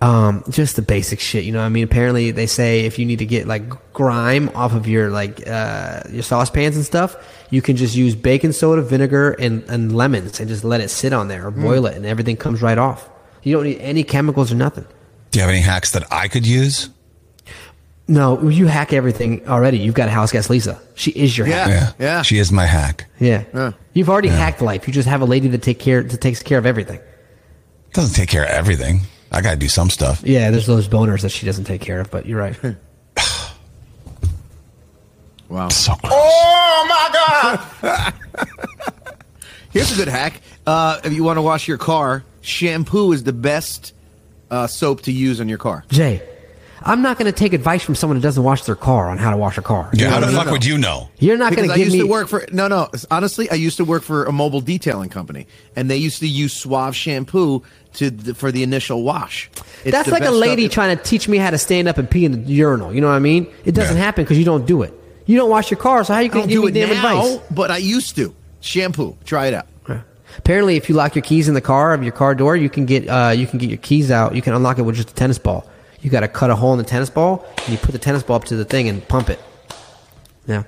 Speaker 4: Um, just the basic shit. You know what I mean? Apparently, they say if you need to get like grime off of your like uh, your saucepans and stuff, you can just use baking soda, vinegar, and, and lemons, and just let it sit on there or boil it, and everything comes right off. You don't need any chemicals or nothing.
Speaker 3: Do you have any hacks that I could use?
Speaker 4: No, you hack everything already. You've got a house guest, Lisa. She is your hack.
Speaker 3: Yeah.
Speaker 6: Yeah.
Speaker 3: She is my hack.
Speaker 4: Yeah. You've already hacked life. You just have a lady that take care that takes care of everything.
Speaker 3: Doesn't take care of everything. I got to do some stuff.
Speaker 4: Yeah, there's those boners that she doesn't take care of, but you're right.
Speaker 6: Wow.
Speaker 3: So gross.
Speaker 2: Oh my God.
Speaker 6: Here's a good hack. Uh, if you want to wash your car, shampoo is the best uh, soap to use on your car.
Speaker 4: Jay, I'm not going to take advice from someone who doesn't wash their car on how to wash a car.
Speaker 3: Yeah, how the
Speaker 6: No, no,
Speaker 3: fuck
Speaker 6: no.
Speaker 3: would you know?
Speaker 4: You're not going to
Speaker 6: because I
Speaker 4: give
Speaker 6: used
Speaker 4: me.
Speaker 6: to work for no no honestly I used to work for a mobile detailing company and they used to use Suave shampoo to the, for the initial wash. It's
Speaker 4: That's
Speaker 6: the
Speaker 4: like a
Speaker 6: best
Speaker 4: lady
Speaker 6: stuff.
Speaker 4: trying to teach me how to stand up and pee in the urinal. You know what I mean? It doesn't
Speaker 3: Yeah.
Speaker 4: happen because you don't do it. You don't wash your car, so how you
Speaker 6: I
Speaker 4: going
Speaker 6: don't
Speaker 4: to give
Speaker 6: do
Speaker 4: me
Speaker 6: it
Speaker 4: damn
Speaker 6: now,
Speaker 4: advice?
Speaker 6: but I used to shampoo. Try it out.
Speaker 4: Apparently, if you lock your keys in the car of your car door, you can get uh, you can get your keys out. You can unlock it with just a tennis ball. You got to cut a hole in the tennis ball, and you put the tennis ball up to the thing and pump it. Yeah,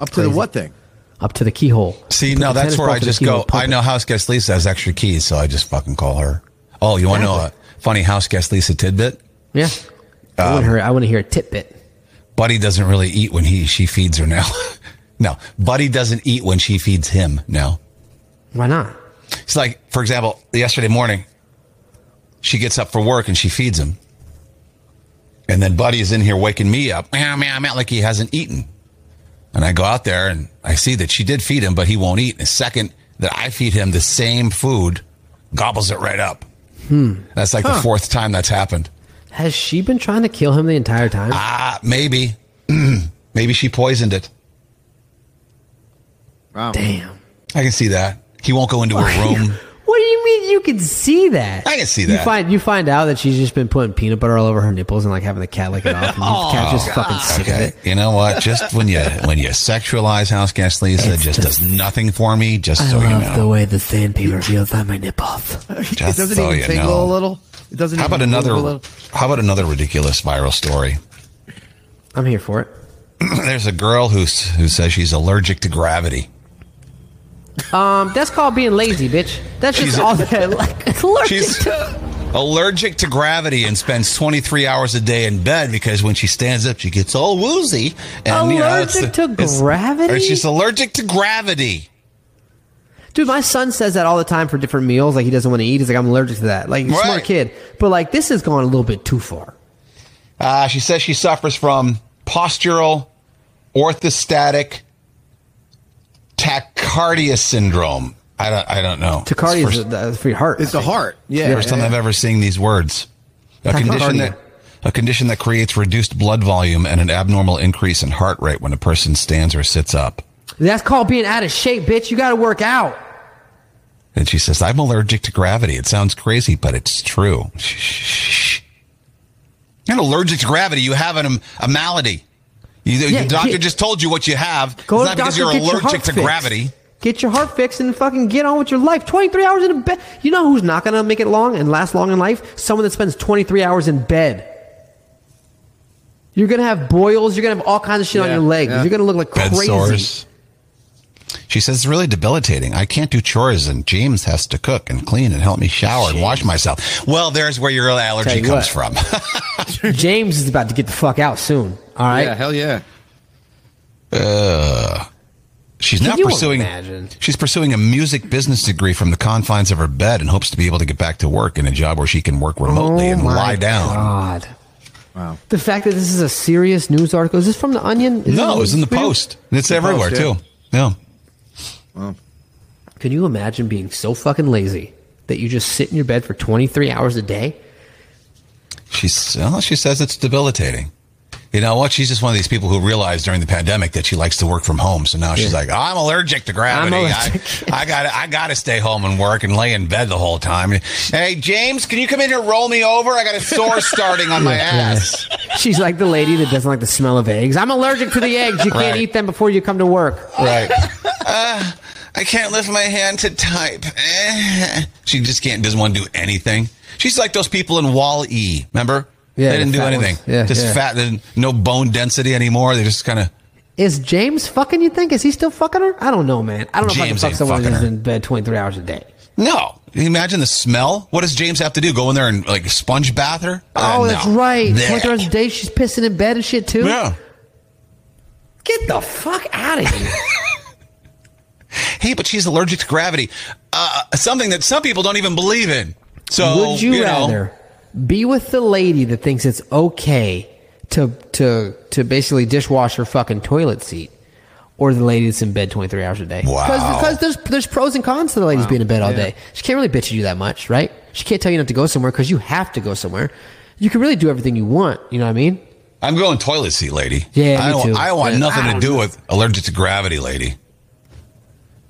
Speaker 6: Up to the what thing?
Speaker 4: up to the keyhole.
Speaker 3: See,
Speaker 4: You put
Speaker 3: no,
Speaker 4: the
Speaker 3: that's
Speaker 4: tennis
Speaker 3: where
Speaker 4: ball
Speaker 3: I
Speaker 4: to the
Speaker 3: just
Speaker 4: keyhole,
Speaker 3: go.
Speaker 4: pump
Speaker 3: I
Speaker 4: it.
Speaker 3: know house guest Lisa has extra keys, so I just fucking call her. Oh, you want to know a funny house guest Lisa tidbit?
Speaker 4: Yeah, I
Speaker 6: Um,
Speaker 4: want her. I want to hear a tidbit.
Speaker 3: Buddy doesn't really eat when he she feeds her now. no, Buddy doesn't eat when she feeds him now.
Speaker 4: Why not?
Speaker 3: It's like, for example, yesterday morning, she gets up for work and she feeds him, and then Buddy is in here waking me up, meow meow meow, like he hasn't eaten. And I go out there and I see that she did feed him, but he won't eat. And the second that I feed him the same food, gobbles it right up. That's like the fourth time that's happened.
Speaker 4: Has she been trying to kill him the entire time?
Speaker 3: Ah, maybe, maybe she poisoned it.
Speaker 6: Wow.
Speaker 4: Damn.
Speaker 3: I can see that. He won't go into a room.
Speaker 4: What do you mean you can see that?
Speaker 3: I can see
Speaker 4: You
Speaker 3: that.
Speaker 4: find you find out that she's just been putting peanut butter all over her nipples and like having the cat lick it off, and the cat's just fucking sick of
Speaker 3: Oh, Okay,
Speaker 4: it.
Speaker 3: you know what? Just when you when you sexualize house guest Lisa,
Speaker 4: It's
Speaker 3: just does
Speaker 4: just-
Speaker 3: nothing for me. Just so you know.
Speaker 4: way the sandpaper feels on my nipples.
Speaker 6: it doesn't
Speaker 3: so
Speaker 6: even
Speaker 3: you
Speaker 6: tingle
Speaker 3: know.
Speaker 6: a little. It doesn't.
Speaker 3: how about
Speaker 6: even move
Speaker 3: another?
Speaker 6: A little.
Speaker 3: How about another ridiculous viral story?
Speaker 4: I'm here for it.
Speaker 3: There's a girl who s- who says she's allergic to gravity.
Speaker 4: Um, that's called being lazy, bitch. That's
Speaker 3: She's
Speaker 4: just
Speaker 3: a-
Speaker 4: all that. Like, allergic
Speaker 3: She's
Speaker 4: to-
Speaker 3: allergic to gravity and spends 23 hours a day in bed because when she stands up, she gets all woozy. And, you know, it's
Speaker 4: Allergic
Speaker 3: the-
Speaker 4: to
Speaker 3: it's-
Speaker 4: gravity?
Speaker 3: Or she's allergic to gravity.
Speaker 4: Dude, my son says that all the time for different meals. Like he doesn't want to eat. He's like, I'm allergic to that. Like he's a
Speaker 3: Right.
Speaker 4: smart kid, but like this has gone a little bit too far.
Speaker 3: Uh, she says she suffers from postural orthostatic tachycardia syndrome. I don't, I don't know.
Speaker 4: Tachycardia
Speaker 3: It's
Speaker 4: is
Speaker 3: the
Speaker 4: uh, for your heart.
Speaker 6: It's the heart. Yeah.
Speaker 3: first time I've ever seen these words. A
Speaker 4: Tachycardia.
Speaker 3: condition that a condition that creates reduced blood volume and an abnormal increase in heart rate when a person stands or sits up.
Speaker 4: That's called being out of shape, bitch. You got to work out.
Speaker 3: And she says, "I'm allergic to gravity. It sounds crazy, but it's true." You're not allergic to gravity. You have an, a um, malady. You,
Speaker 4: Yeah,
Speaker 3: the doctor
Speaker 4: yeah.
Speaker 3: just told you what you have.
Speaker 4: Go
Speaker 3: it's not
Speaker 4: to the
Speaker 3: because
Speaker 4: doctor,
Speaker 3: you're
Speaker 4: get your
Speaker 3: allergic
Speaker 4: heart
Speaker 3: to
Speaker 4: fixed.
Speaker 3: gravity.
Speaker 4: Get your heart fixed and fucking get on with your life. 23 hours in a bed. You know who's not going to make it long and last long in life? Someone that spends 23 hours in bed. You're going to have boils. You're going to have all kinds of shit on
Speaker 6: Yeah,
Speaker 4: your legs.
Speaker 6: yeah.
Speaker 4: You're going to look like
Speaker 3: Bed
Speaker 4: crazy.
Speaker 3: sores. She says it's really debilitating. I can't do chores, and James has to cook and clean and help me shower and wash myself. Well, there's where your allergy
Speaker 4: you
Speaker 3: comes from.
Speaker 4: James is about to get the fuck out soon. All right.
Speaker 6: Yeah, hell yeah.
Speaker 3: She's
Speaker 4: Can
Speaker 3: now
Speaker 4: you
Speaker 3: pursuing.
Speaker 4: imagine?
Speaker 3: She's pursuing a music business degree from the confines of her bed and hopes to be able to get back to work in a job where she can work remotely and
Speaker 4: Oh my
Speaker 3: lie down.
Speaker 4: God. Wow. The fact that this is a serious news article. Is this from The Onion? Is
Speaker 3: No,
Speaker 4: this-
Speaker 3: it's in the
Speaker 4: real?
Speaker 3: post. It's
Speaker 6: The
Speaker 3: everywhere
Speaker 6: Post, yeah.
Speaker 3: too. Yeah.
Speaker 4: Can you imagine being so fucking lazy that you just sit in your bed for 23 hours a day?
Speaker 3: She's well, she says it's debilitating. You know what? She's just one of these people who realized during the pandemic that she likes to work from home. So now she's like, I'm allergic to gravity.
Speaker 4: I'm
Speaker 3: I,
Speaker 4: allergic."
Speaker 3: I got I got to stay home and work and lay in bed the whole time. Hey James, can you come in here roll me over? I got a sore starting on my ass.
Speaker 4: She's like the lady that doesn't like the smell of eggs. I'm allergic to the eggs. You
Speaker 3: Right.
Speaker 4: can't eat them before you come to work.
Speaker 3: Right. uh, I can't lift my hand to type. Eh. She just can't doesn't want to do anything. She's like those people in Wall E. Remember?
Speaker 4: Yeah,
Speaker 3: they didn't
Speaker 4: the
Speaker 3: do
Speaker 4: fat ones.
Speaker 3: anything.
Speaker 4: Yeah,
Speaker 3: just
Speaker 4: yeah.
Speaker 3: fat. and No bone density anymore. They just kind of.
Speaker 4: Is James fucking? You think is he still fucking her? I don't know, man. I don't know
Speaker 3: James
Speaker 4: if I can
Speaker 3: ain't
Speaker 4: fuck someone
Speaker 3: fucking
Speaker 4: who's
Speaker 3: her.
Speaker 4: in bed 23 hours a day.
Speaker 3: No. Can you Imagine the smell. What does James have to do? Go in there and like sponge bath her? Uh,
Speaker 4: Oh,
Speaker 3: no.
Speaker 4: that's right.
Speaker 3: Blech.
Speaker 4: 23 hours a day. She's pissing in bed and shit too.
Speaker 3: Yeah.
Speaker 4: Get the fuck out of here.
Speaker 3: Hey, but she's allergic to gravity. Uh, something that some people don't even believe in. So
Speaker 4: Would you,
Speaker 3: know,
Speaker 4: rather be with the lady that thinks it's okay to to to basically dishwash her fucking toilet seat, or the lady that's in bed twenty three hours a day?
Speaker 3: Wow.
Speaker 4: Because there's there's pros and cons to the ladies being in bed all day. She can't really bitch at you that much, right? She can't tell you not to go somewhere because you have to go somewhere. You can really do everything you want. You know what I mean?
Speaker 3: I'm going toilet seat, lady.
Speaker 4: Yeah,
Speaker 3: I
Speaker 4: me
Speaker 3: don't,
Speaker 4: too.
Speaker 3: I want
Speaker 4: Yeah.
Speaker 3: nothing
Speaker 4: I
Speaker 3: to
Speaker 4: don't
Speaker 3: do
Speaker 4: know.
Speaker 3: with allergic to gravity, lady.
Speaker 4: I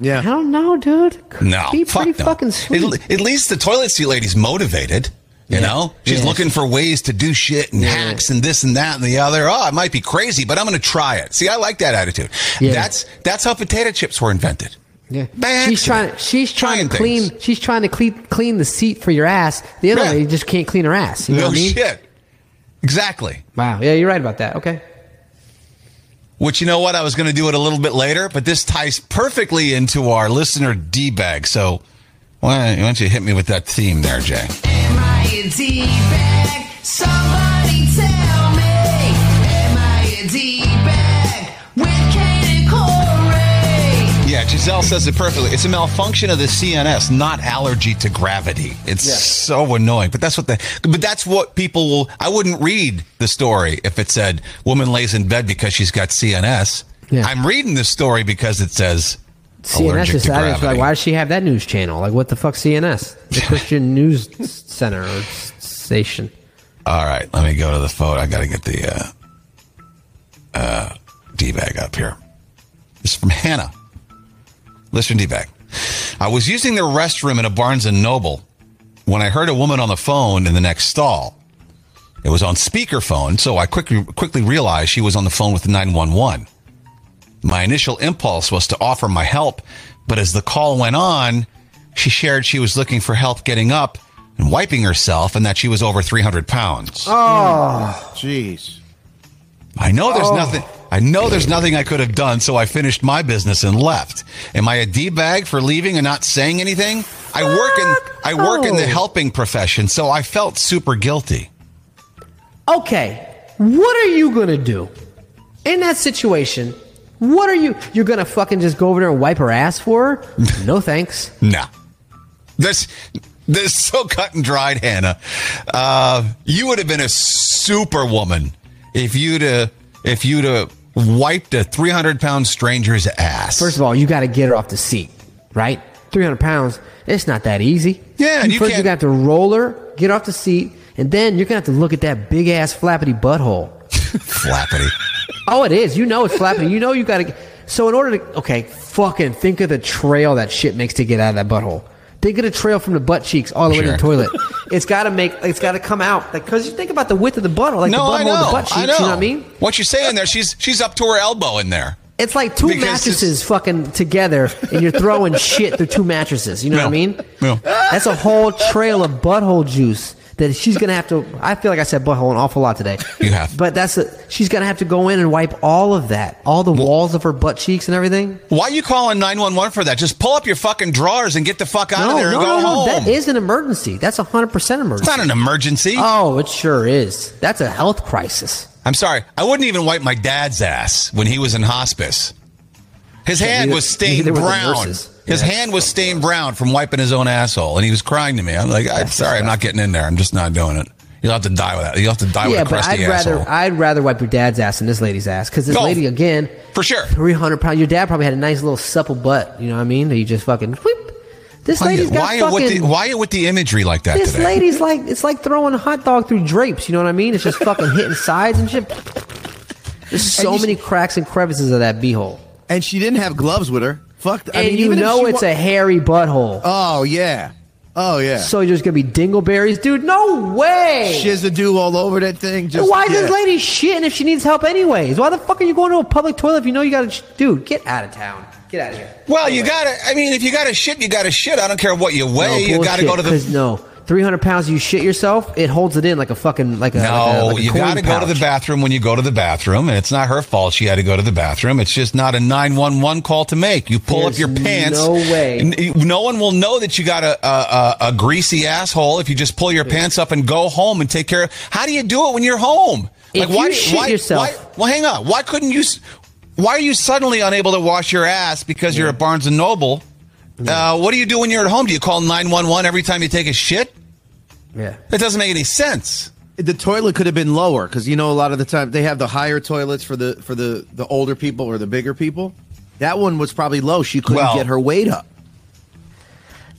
Speaker 6: Yeah.
Speaker 4: don't know, dude.
Speaker 3: No,
Speaker 4: be
Speaker 3: fuck
Speaker 4: pretty
Speaker 3: no.
Speaker 4: fucking sweet.
Speaker 3: At, at least the toilet seat lady's motivated. You
Speaker 4: Yeah.
Speaker 3: know, she's
Speaker 4: Yeah.
Speaker 3: looking for ways to do shit and hacks and this and that and the other. Oh, it might be crazy, but I'm going to try it. See, I like that attitude.
Speaker 4: Yeah.
Speaker 3: That's that's how potato chips were invented.
Speaker 4: Yeah.
Speaker 3: By accident.
Speaker 4: she's trying. She's trying
Speaker 3: Trying
Speaker 4: to clean.
Speaker 3: things.
Speaker 4: She's trying to clean clean the seat for your ass. The other
Speaker 3: Yeah.
Speaker 4: lady just can't clean her ass. You know
Speaker 3: no
Speaker 4: what I mean?
Speaker 3: shit. Exactly.
Speaker 4: Wow. Yeah, you're right about that. Okay.
Speaker 3: Which you know what? I was going to do it a little bit later, but this ties perfectly into our listener d bag. So why why don't you hit me with that theme there, Jay?
Speaker 8: Am I a D-bag? Somebody tell me. Am I a D-bag? With Kate and Corey.
Speaker 3: Yeah, Giselle says it perfectly. It's a malfunction of the CNS, not allergy to gravity. It's so annoying, but that's what the but that's what people will. I wouldn't read the story if it said woman lays in bed because she's got CNS.
Speaker 4: Yeah.
Speaker 3: I'm reading the story because it says
Speaker 4: CNS
Speaker 3: allergic
Speaker 4: is
Speaker 3: to
Speaker 4: that. It's
Speaker 3: gravity.
Speaker 4: like, why does she have that news channel? Like, what the fuck, CNS? The Christian News Center or station.
Speaker 3: All right, let me go to the phone. I got to get the uh, uh, D bag up here. This is from Hannah. Listen, D bag. I was using the restroom in a Barnes and Noble when I heard a woman on the phone in the next stall. It was on speakerphone, so I quickly quickly realized she was on the phone with 911. My initial impulse was to offer my help, but as the call went on, she shared she was looking for help getting up and wiping herself and that she was over 300 pounds.
Speaker 6: Jeez.
Speaker 3: I know
Speaker 4: Oh.
Speaker 3: there's nothing. I know there's nothing I could have done, so I finished my business and left. Am I a d bag for leaving and not saying anything? I work in I work in the
Speaker 4: no.
Speaker 3: helping profession, so I felt super guilty.
Speaker 4: Okay. What are you gonna do in that situation? What are you? You're gonna fucking just go over there and wipe her ass for her? No thanks.
Speaker 3: No, this this is so cut and dried, Hannah. Uh, you would have been a superwoman if you'd have if you'd have wiped a three hundred pound stranger's ass.
Speaker 4: First of all, you got to get her off the seat, right? 300 pounds, it's not that easy.
Speaker 3: Yeah, and you
Speaker 4: First,
Speaker 3: can't-
Speaker 4: you're going to have to roll her, get off the seat, and then you're going to have to look at that big ass flappity butthole.
Speaker 3: flappity.
Speaker 4: Oh, it is. You know it's flappity. You know you got to. So, in order to. Okay, fucking think of the trail that shit makes to get out of that butthole. Think of the trail from the butt cheeks all the way to
Speaker 3: Sure.
Speaker 4: the toilet. It's got to make. It's got to come out. Like, cause you think about the width of the butthole, like
Speaker 3: no,
Speaker 4: the
Speaker 3: I
Speaker 4: butthole,
Speaker 3: know.
Speaker 4: the butt cheeks.
Speaker 3: I know.
Speaker 4: You know what I mean?
Speaker 3: What you're saying there? She's she's up to her elbow in there.
Speaker 4: It's like two
Speaker 3: Because it's-
Speaker 4: mattresses fucking together, and you're throwing shit through two mattresses. You know what I
Speaker 3: No.
Speaker 4: mean?
Speaker 3: No.
Speaker 4: That's a whole trail of butthole juice that she's gonna have to. I feel like I said butthole an awful lot today.
Speaker 3: You have.
Speaker 4: but that's a, she's gonna have to go in and wipe all of that, all the walls of her butt cheeks and everything.
Speaker 3: Why are you calling 911 for that? Just pull up your fucking drawers and get the fuck out of
Speaker 4: No,
Speaker 3: there
Speaker 4: no,
Speaker 3: and go
Speaker 4: no, no.
Speaker 3: home.
Speaker 4: That is an emergency. That's a hundred percent emergency.
Speaker 3: it's not an emergency.
Speaker 4: Oh, it sure is. That's a health crisis.
Speaker 3: I'm sorry. I wouldn't even wipe my dad's ass when he was in hospice. His hand
Speaker 4: neither-
Speaker 3: was stained
Speaker 4: neither were the
Speaker 3: brown.
Speaker 4: nurses.
Speaker 3: His
Speaker 4: Yeah.
Speaker 3: hand was stained brown from wiping his own asshole, and he was crying to me. I'm like, I'm sorry, I'm not getting in there. I'm just not doing it. You'll have to die with that. You'll have to die
Speaker 4: yeah,
Speaker 3: with a
Speaker 4: but I'd
Speaker 3: crusty
Speaker 4: rather
Speaker 3: asshole.
Speaker 4: I'd rather wipe your dad's ass than this lady's ass because this
Speaker 3: Oh,
Speaker 4: lady again
Speaker 3: for sure.
Speaker 4: three hundred pounds. Your dad probably had a nice little supple butt. You know what I mean? That you just fucking whoop. This
Speaker 3: Why,
Speaker 4: lady's got
Speaker 3: why,
Speaker 4: fucking.
Speaker 3: with the, why with the imagery like that
Speaker 4: this
Speaker 3: today?
Speaker 4: lady's like it's like throwing a hot dog through drapes. You know what I mean? It's just fucking hitting sides and shit. There's so many cracks and crevices of that beehole,
Speaker 6: And she didn't have gloves with her. Fuck. th- I
Speaker 4: and
Speaker 6: mean,
Speaker 4: you
Speaker 6: even if
Speaker 4: know
Speaker 6: she
Speaker 4: it's
Speaker 6: wa-
Speaker 4: a hairy butthole.
Speaker 6: Oh yeah. Oh yeah.
Speaker 4: so there's gonna be dingleberries, dude. No way.
Speaker 6: Shizadoo all over that thing. Just
Speaker 4: Why is this
Speaker 6: yeah.
Speaker 4: lady shitting if she needs help anyways? Why the fuck are you going to a public toilet if you know you got to? Dude, get out of town. Get out of here.
Speaker 3: Well, you gotta. I mean, if you gotta shit, you gotta shit. I don't care what you
Speaker 4: No,
Speaker 3: weigh. you gotta
Speaker 4: bullshit,
Speaker 3: go to the.
Speaker 4: 'cause no, three hundred pounds. You shit yourself. It holds it in like a fucking like a. like a-
Speaker 3: No,
Speaker 4: like a
Speaker 3: you
Speaker 4: coin
Speaker 3: gotta go to the
Speaker 4: pouch.
Speaker 3: bathroom when you go to the bathroom, and it's not her fault. She had to go to the bathroom. It's just not a nine one one call to make. You pull
Speaker 4: There's
Speaker 3: up your pants.
Speaker 4: no way.
Speaker 3: N- you- No one will know that you got a a, a, a greasy asshole if you just pull your pants up and go home and take care of. How do you do it when you're home?
Speaker 4: If you
Speaker 3: do-
Speaker 4: shit yourself-
Speaker 3: Why, well, hang on. Why couldn't you? s- Why are you suddenly unable to wash your ass because you're at Barnes and Noble? Uh, what do you do when you're at home? Do you call nine one one every time you take a shit?
Speaker 4: Yeah.
Speaker 3: That doesn't make any sense.
Speaker 6: the toilet could have been lower because you know a lot of the time they have the higher toilets for the for the the older people or the bigger people. That one was probably low. She couldn't
Speaker 3: Well-
Speaker 6: get her weight up.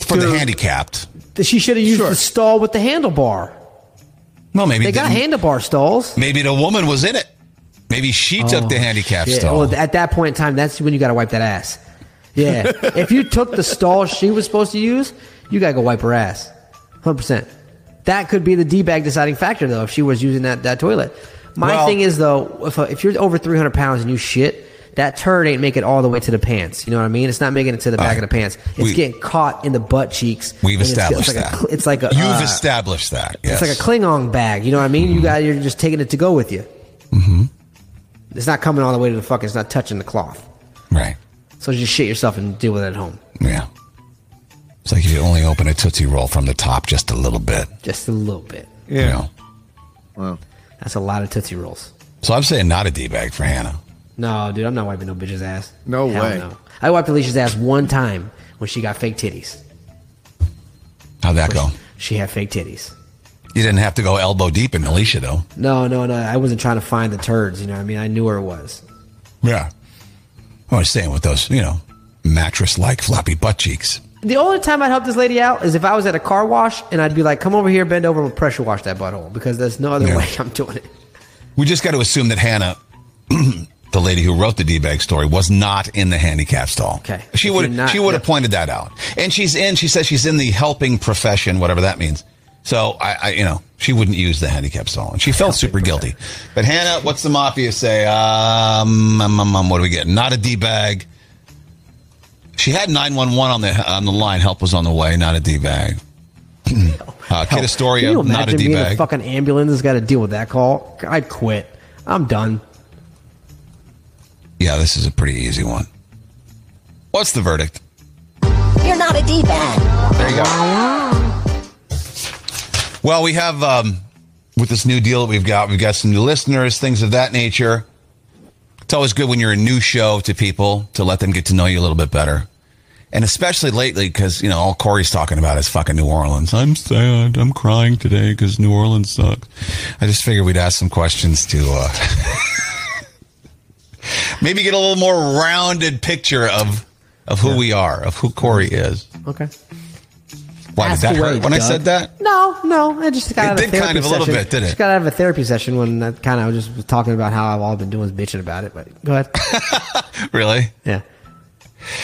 Speaker 3: for the
Speaker 4: Dude.
Speaker 3: handicapped.
Speaker 4: She should have used
Speaker 6: Sure.
Speaker 4: the stall with the handlebar.
Speaker 3: Well, maybe
Speaker 4: They got
Speaker 3: the-
Speaker 4: handlebar stalls.
Speaker 3: Maybe the woman was in it. Maybe she took the handicapped
Speaker 4: Shit.
Speaker 3: stall.
Speaker 4: Oh. Well, at that point in time, that's when you got to wipe that ass. Yeah. if you took the stall she was supposed to use, you got to go wipe her ass. 100%. That could be the D bag deciding factor, though, if she was using that, that toilet. My
Speaker 3: Well-
Speaker 4: thing is, though, if, uh, if you're over 300 pounds and you shit, that turd ain't making it all the way to the pants. You know what I mean? It's not making it to the back
Speaker 3: right.
Speaker 4: of the pants. It's
Speaker 3: We-
Speaker 4: getting caught in the butt cheeks.
Speaker 3: We've
Speaker 4: and it's-
Speaker 3: established
Speaker 4: it's like
Speaker 3: that.
Speaker 4: A, cl- it's like a.
Speaker 3: You've
Speaker 4: uh,
Speaker 3: established that. Yes.
Speaker 4: It's like a Klingon bag. You know what I mean? You got you're just taking it to go with you. Mm-hmm. It's not coming all the way to the fucking. It's not touching the cloth.
Speaker 3: right.
Speaker 4: So just shit yourself and deal with it at home.
Speaker 3: Yeah. It's like if you only open a tootsie roll from the top just a little bit.
Speaker 4: Just a little bit.
Speaker 3: Yeah.
Speaker 4: That's a lot of tootsie rolls.
Speaker 3: So I'm saying not a d bag for Hannah.
Speaker 4: No, dude, I'm not wiping no bitch's ass.
Speaker 6: No
Speaker 4: Hell
Speaker 6: way.
Speaker 4: No. I wiped Alicia's ass one time when she got fake titties.
Speaker 3: How'd that go?
Speaker 4: She had fake titties.
Speaker 3: You didn't have to go elbow deep in Alicia though.
Speaker 4: No, no, no. I wasn't trying to find the turds. You know, what I mean, I knew where it was.
Speaker 3: Yeah. I was saying with those, you know, mattress like floppy butt cheeks.
Speaker 4: The only time I'd help this lady out is if I was at a car wash and I'd be like, "Come over here, bend over, and pressure wash that butthole," because there's no other
Speaker 3: Yeah.
Speaker 4: way I'm doing it.
Speaker 3: We just got to assume that Hannah, the lady who wrote the D bag story, was not in the handicap stall.
Speaker 4: Okay.
Speaker 3: She
Speaker 4: If
Speaker 3: would
Speaker 4: you're not-
Speaker 3: she would have
Speaker 4: yeah.
Speaker 3: pointed that out. And she's in. She says she's in the helping profession, whatever that means. So I, I you know, she wouldn't use the handicap stall, and she felt super guilty. But Hannah, what's the mafia say? Um, um, um, um, what do we get? Not a D bag. She had nine one one on the on the line. Help was on the way. Not a D bag. uh, Kid
Speaker 4: Can you
Speaker 3: Astoria, not a
Speaker 4: imagine
Speaker 3: D
Speaker 4: being a
Speaker 3: bag.
Speaker 4: fucking ambulance has got to deal with that call? I'd quit. I'm done.
Speaker 3: Yeah, this is a pretty easy one. What's the verdict?
Speaker 1: You're not a D-bag.
Speaker 3: Well, we have um, with this new deal that we've got, we've got some new listeners, things of that nature. It's always good when you're a new show to people to let them get to know you a little bit better, and especially lately because you know all Corey's talking about is fucking New Orleans. I'm sad. I'm crying today because New Orleans sucks. I just figured we'd ask some questions to. Uh, Maybe get a little more rounded picture of of who we are, of who Corey is.
Speaker 4: Okay.
Speaker 3: Why
Speaker 4: Ask
Speaker 3: did that
Speaker 4: away,
Speaker 3: hurt when I
Speaker 4: Doug.
Speaker 3: said that?
Speaker 4: No, no. I just got
Speaker 3: It
Speaker 4: out of
Speaker 3: did
Speaker 4: a therapy
Speaker 3: kind of a little
Speaker 4: session.
Speaker 3: bit, didn't it?
Speaker 4: Just got out of a therapy session when I kind of just was talking about how I've all I've been doing is bitching about it. But go ahead.
Speaker 3: Really?
Speaker 4: yeah.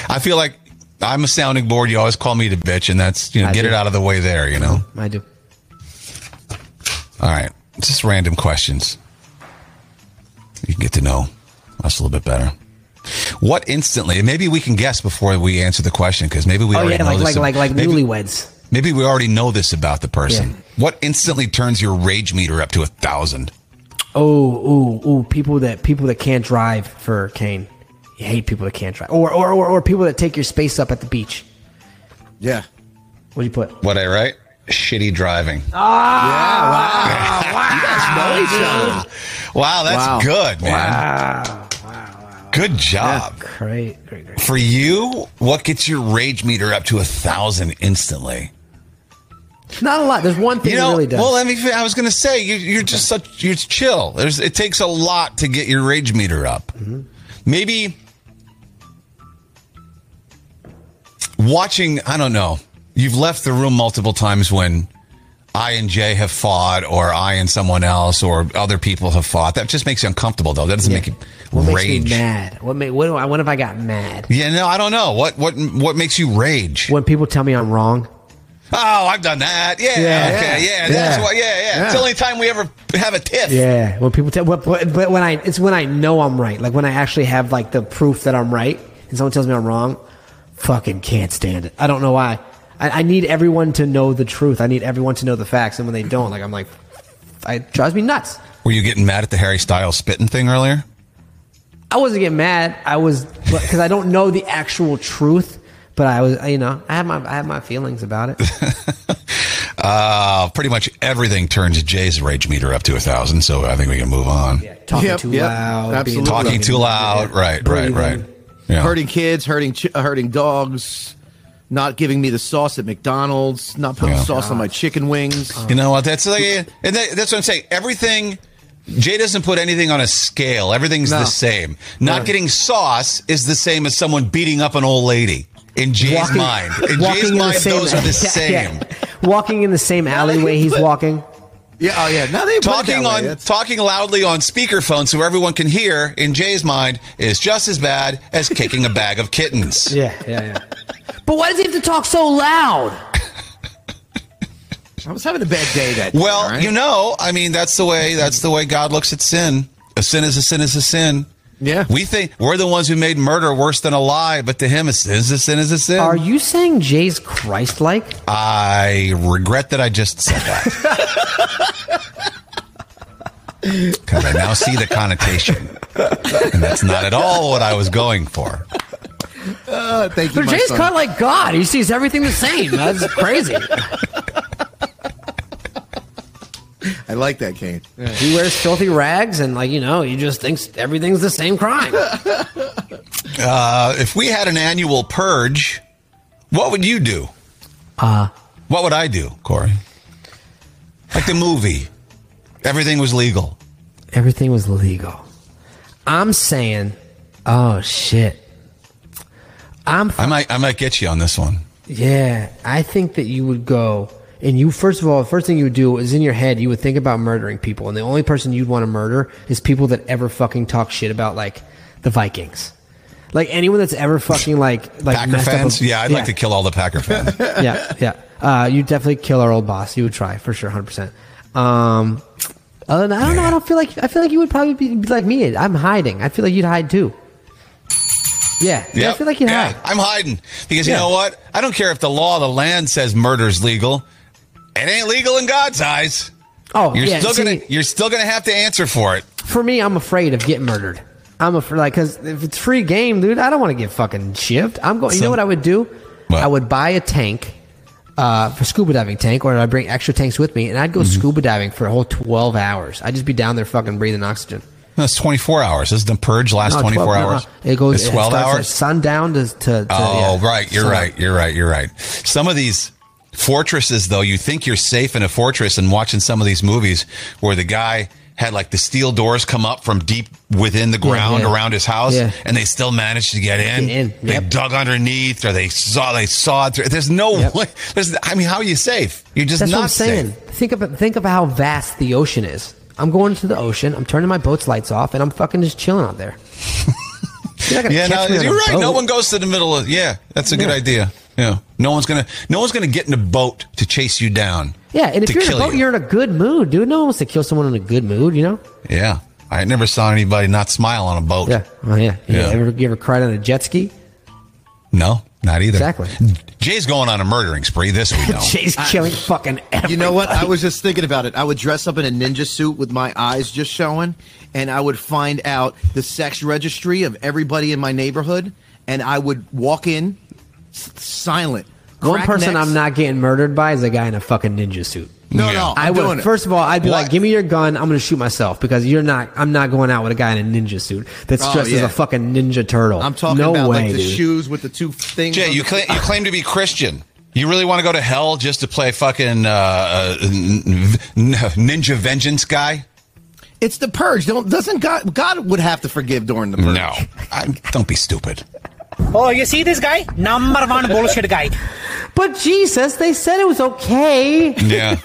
Speaker 3: I feel like I'm a sounding board. You always call me the bitch, and that's you know
Speaker 4: I
Speaker 3: get
Speaker 4: do.
Speaker 3: it out of the way there. You know,
Speaker 4: I do.
Speaker 3: All right. Just random questions. You can get to know us a little bit better. What instantly, and maybe we can guess before we answer the question because maybe we
Speaker 4: Oh
Speaker 3: already
Speaker 4: yeah,
Speaker 3: know
Speaker 4: like
Speaker 3: this.
Speaker 4: like
Speaker 3: ab-
Speaker 4: like like
Speaker 3: maybe,
Speaker 4: newlyweds.
Speaker 3: maybe we already know this about the person.
Speaker 4: Yeah.
Speaker 3: What instantly turns your rage meter up to a thousand?
Speaker 4: Oh, ooh, ooh, people that people that can't drive for Kane. You hate people that can't drive, or or or, or people that take your space up at the beach.
Speaker 6: Yeah.
Speaker 4: What do you put?
Speaker 3: What I write? Shitty driving.
Speaker 4: Ah.
Speaker 6: Ah,
Speaker 3: Wow, that's
Speaker 6: Wow.
Speaker 3: good, man. Good job.
Speaker 4: Great, great, great.
Speaker 3: For you, what gets your rage meter up to a thousand instantly?
Speaker 4: Not a lot. There's one thing
Speaker 3: You know,
Speaker 4: that really does.
Speaker 3: well, I mean, I was going to say you, you're just such you're chill. There's, it takes a lot to get your rage meter up.
Speaker 4: Mm-hmm.
Speaker 3: Maybe watching. I don't know. You've left the room multiple times when I and Jay have fought, or I and someone else, or other people have fought. That just makes you uncomfortable, though. That doesn't make you
Speaker 4: what makes
Speaker 3: rage.
Speaker 4: me mad? What made? What do I? What if I got mad?
Speaker 3: Yeah, no, I don't know what what what makes you rage.
Speaker 4: When people tell me I'm wrong.
Speaker 3: Oh, I've done that. Yeah,
Speaker 4: Yeah.
Speaker 3: okay, yeah,
Speaker 4: Yeah.
Speaker 3: that's why. Yeah, yeah, It's the
Speaker 6: Yeah.
Speaker 3: only time we ever have a tiff.
Speaker 4: Yeah, when people tell, but, but, but when I, it's when I know I'm right. Like when I actually have like the proof that I'm right, and someone tells me I'm wrong, fucking can't stand it. I don't know why. I, I need everyone to know the truth. I need everyone to know the facts, and when they don't, like I'm like, I, it drives me nuts.
Speaker 3: Were you getting mad at the Harry Styles spitting thing earlier?
Speaker 4: I wasn't getting mad. I was because I don't know the actual truth, but I was, you know, I have my, I have my feelings about it.
Speaker 3: Uh, pretty much everything turns Jay's rage meter up to a thousand, so I think we can move on.
Speaker 4: Talking
Speaker 6: Yep,
Speaker 4: too
Speaker 6: yep.
Speaker 4: loud, being-
Speaker 6: Absolutely.
Speaker 3: Talking too loud, right, right, right. Yeah.
Speaker 6: Hurting kids, hurting ch- hurting dogs, not giving me the sauce at McDonald's, not putting
Speaker 3: Yeah. Oh.
Speaker 6: sauce on my chicken wings.
Speaker 3: You know what? That's like, and that, that's what I'm saying. Everything. Jay doesn't put anything on a scale. Everything's
Speaker 6: No.
Speaker 3: the same. Not getting sauce is the same as someone beating up an old lady. In Jay's
Speaker 4: Walking-
Speaker 3: mind, in
Speaker 4: walking
Speaker 3: Jay's
Speaker 4: in the
Speaker 3: mind,
Speaker 4: same-
Speaker 3: those are the
Speaker 4: Yeah,
Speaker 3: same.
Speaker 4: yeah. Walking in the same alleyway he's walking.
Speaker 6: Yeah, oh yeah. Now they put it that
Speaker 3: Talking
Speaker 6: way.
Speaker 3: on
Speaker 6: That's-
Speaker 3: talking loudly on speakerphone so everyone can hear in Jay's mind is just as bad as kicking a bag of kittens.
Speaker 4: Yeah, yeah, yeah. but why does he have to talk so loud?
Speaker 6: I was having a bad day that.
Speaker 3: Well,
Speaker 6: day, all right?
Speaker 3: you know, I mean that's the way that's the way God looks at sin. A sin is a sin is a sin.
Speaker 6: Yeah.
Speaker 3: We think we're the ones who made murder worse than a lie, but to him a sin is a sin is a sin.
Speaker 4: Are you saying Jay's Christ like?
Speaker 3: I regret that I just said that. Because I now see the connotation. And that's not at all what I was going for.
Speaker 6: Uh, thank you,
Speaker 4: But
Speaker 6: my
Speaker 4: Jay's
Speaker 6: son.
Speaker 4: kind of like God. He sees everything the same. That's crazy.
Speaker 6: I like that, Kane.
Speaker 4: he wears filthy rags and, like, you know, he just thinks everything's the same crime.
Speaker 3: Uh, if we had an annual purge, what would you do?
Speaker 4: Uh,
Speaker 3: What would I do, Corey? Like the movie, everything was legal.
Speaker 4: everything was legal. I'm saying, oh, shit. I'm
Speaker 3: I might, I might get you on this one.
Speaker 4: Yeah, I think that you would go and you first of all, the first thing you would do is in your head you would think about murdering people, and the only person you'd want to murder is people that ever fucking talk shit about like the Vikings, like anyone that's ever fucking like like
Speaker 3: Packer
Speaker 4: messed up a-
Speaker 3: fans? Yeah, I'd like to kill all the Packer fans.
Speaker 4: yeah, yeah. Uh, you definitely kill our old boss. You would try for sure, hundred percent. Um, other than I don't know. I don't feel like I feel like you would probably be, be like me. I'm hiding. I feel like you'd hide too. Yeah, yeah. I
Speaker 3: Yep.
Speaker 4: feel like you'd
Speaker 3: Yeah,
Speaker 4: hide.
Speaker 3: I'm hiding because you
Speaker 4: Yeah.
Speaker 3: know what? I don't care if the law of the land says murder's legal. It ain't legal in God's eyes.
Speaker 4: Oh,
Speaker 3: You're
Speaker 4: yeah.
Speaker 3: still
Speaker 4: see-
Speaker 3: gonna you're still gonna have to answer for it.
Speaker 4: for me, I'm afraid of getting murdered. I'm afraid, like, because if it's free game, dude, I don't want to get fucking shipped. I'm going. You
Speaker 3: So-
Speaker 4: know what I would do?
Speaker 3: What?
Speaker 4: I would buy a tank, uh, for scuba diving tank, or I'd bring extra tanks with me, and I'd go
Speaker 3: Mm-hmm.
Speaker 4: scuba diving for a whole 12 hours. I'd just be down there fucking breathing oxygen.
Speaker 3: No, it's 24 hours. This is the purge last
Speaker 4: No,
Speaker 3: 24
Speaker 4: 12 no,
Speaker 3: hours.
Speaker 4: no. It goes
Speaker 3: It's 12
Speaker 4: it starts at
Speaker 3: hours.
Speaker 4: sundown to. to, to
Speaker 3: Oh,
Speaker 4: yeah,
Speaker 3: right. You're
Speaker 4: sun-
Speaker 3: right. You're right. You're right. Some of these fortresses, though, you think you're safe in a fortress, and watching some of these movies where the guy had like the steel doors come up from deep within the ground
Speaker 4: yeah.
Speaker 3: around his house,
Speaker 4: Yeah.
Speaker 3: and they still managed to get in.
Speaker 4: Get in,
Speaker 3: They
Speaker 4: yep.
Speaker 3: dug underneath, or they saw they saw it through. There's no
Speaker 4: Yep.
Speaker 3: way. There's, I mean, how are you safe? You're just
Speaker 4: That's
Speaker 3: not
Speaker 4: what I'm saying.
Speaker 3: safe.
Speaker 4: Think about think about how vast the ocean is. I'm going to the ocean. I'm turning my boat's lights off, and I'm fucking just chilling out there. You're not gonna
Speaker 3: Yeah, no,
Speaker 4: catch me on
Speaker 3: you're
Speaker 4: a
Speaker 3: right. No
Speaker 4: boat.
Speaker 3: one goes to the middle of. Yeah, that's a good idea. Yeah, no one's gonna. No one's gonna get in a boat to chase you down.
Speaker 4: Yeah, and if
Speaker 3: to
Speaker 4: you're in a
Speaker 3: kill
Speaker 4: boat,
Speaker 3: you.
Speaker 4: you're in a good mood, dude. No one wants to kill someone in a good mood, you know?
Speaker 3: Yeah, I never saw anybody not smile on a boat.
Speaker 4: Yeah. Oh, yeah. You
Speaker 3: Yeah.
Speaker 4: Ever, you ever cried on a jet ski?
Speaker 3: No, not either.
Speaker 4: Exactly.
Speaker 3: Jay's going on a murdering spree. This we know.
Speaker 4: Jay's killing fucking everybody.
Speaker 6: You know what? I was just thinking about it. I would dress up in a ninja suit with my eyes just showing, and I would find out the sex registry of everybody in my neighborhood, and I would walk in s- silent.
Speaker 4: One
Speaker 6: crack
Speaker 4: person
Speaker 6: necks.
Speaker 4: I'm not getting murdered by is a guy in a fucking ninja suit.
Speaker 6: No,
Speaker 3: Yeah.
Speaker 6: no.
Speaker 4: I
Speaker 6: I'm doing
Speaker 4: would
Speaker 6: it.
Speaker 4: first of all, I'd be
Speaker 3: What?
Speaker 4: like, "Give me your gun. I'm gonna shoot myself because you're not. I'm not going out with a guy in a ninja suit that's
Speaker 6: Oh,
Speaker 4: dressed as
Speaker 6: yeah.
Speaker 4: a fucking ninja turtle.
Speaker 6: I'm talking
Speaker 4: no
Speaker 6: about
Speaker 4: way,
Speaker 6: like the
Speaker 4: dude.
Speaker 6: shoes with the two things.
Speaker 3: Jay,
Speaker 6: on
Speaker 3: you
Speaker 6: the-
Speaker 3: claim you claim to be Christian. You really want to go to hell just to play fucking uh, uh, n- n- ninja vengeance guy?
Speaker 6: It's the purge. Don't doesn't God God would have to forgive during the purge.
Speaker 3: No, I, don't be stupid.
Speaker 7: Oh, you see this guy? Number one bullshit guy.
Speaker 4: But Jesus, they said it was okay.
Speaker 3: Yeah.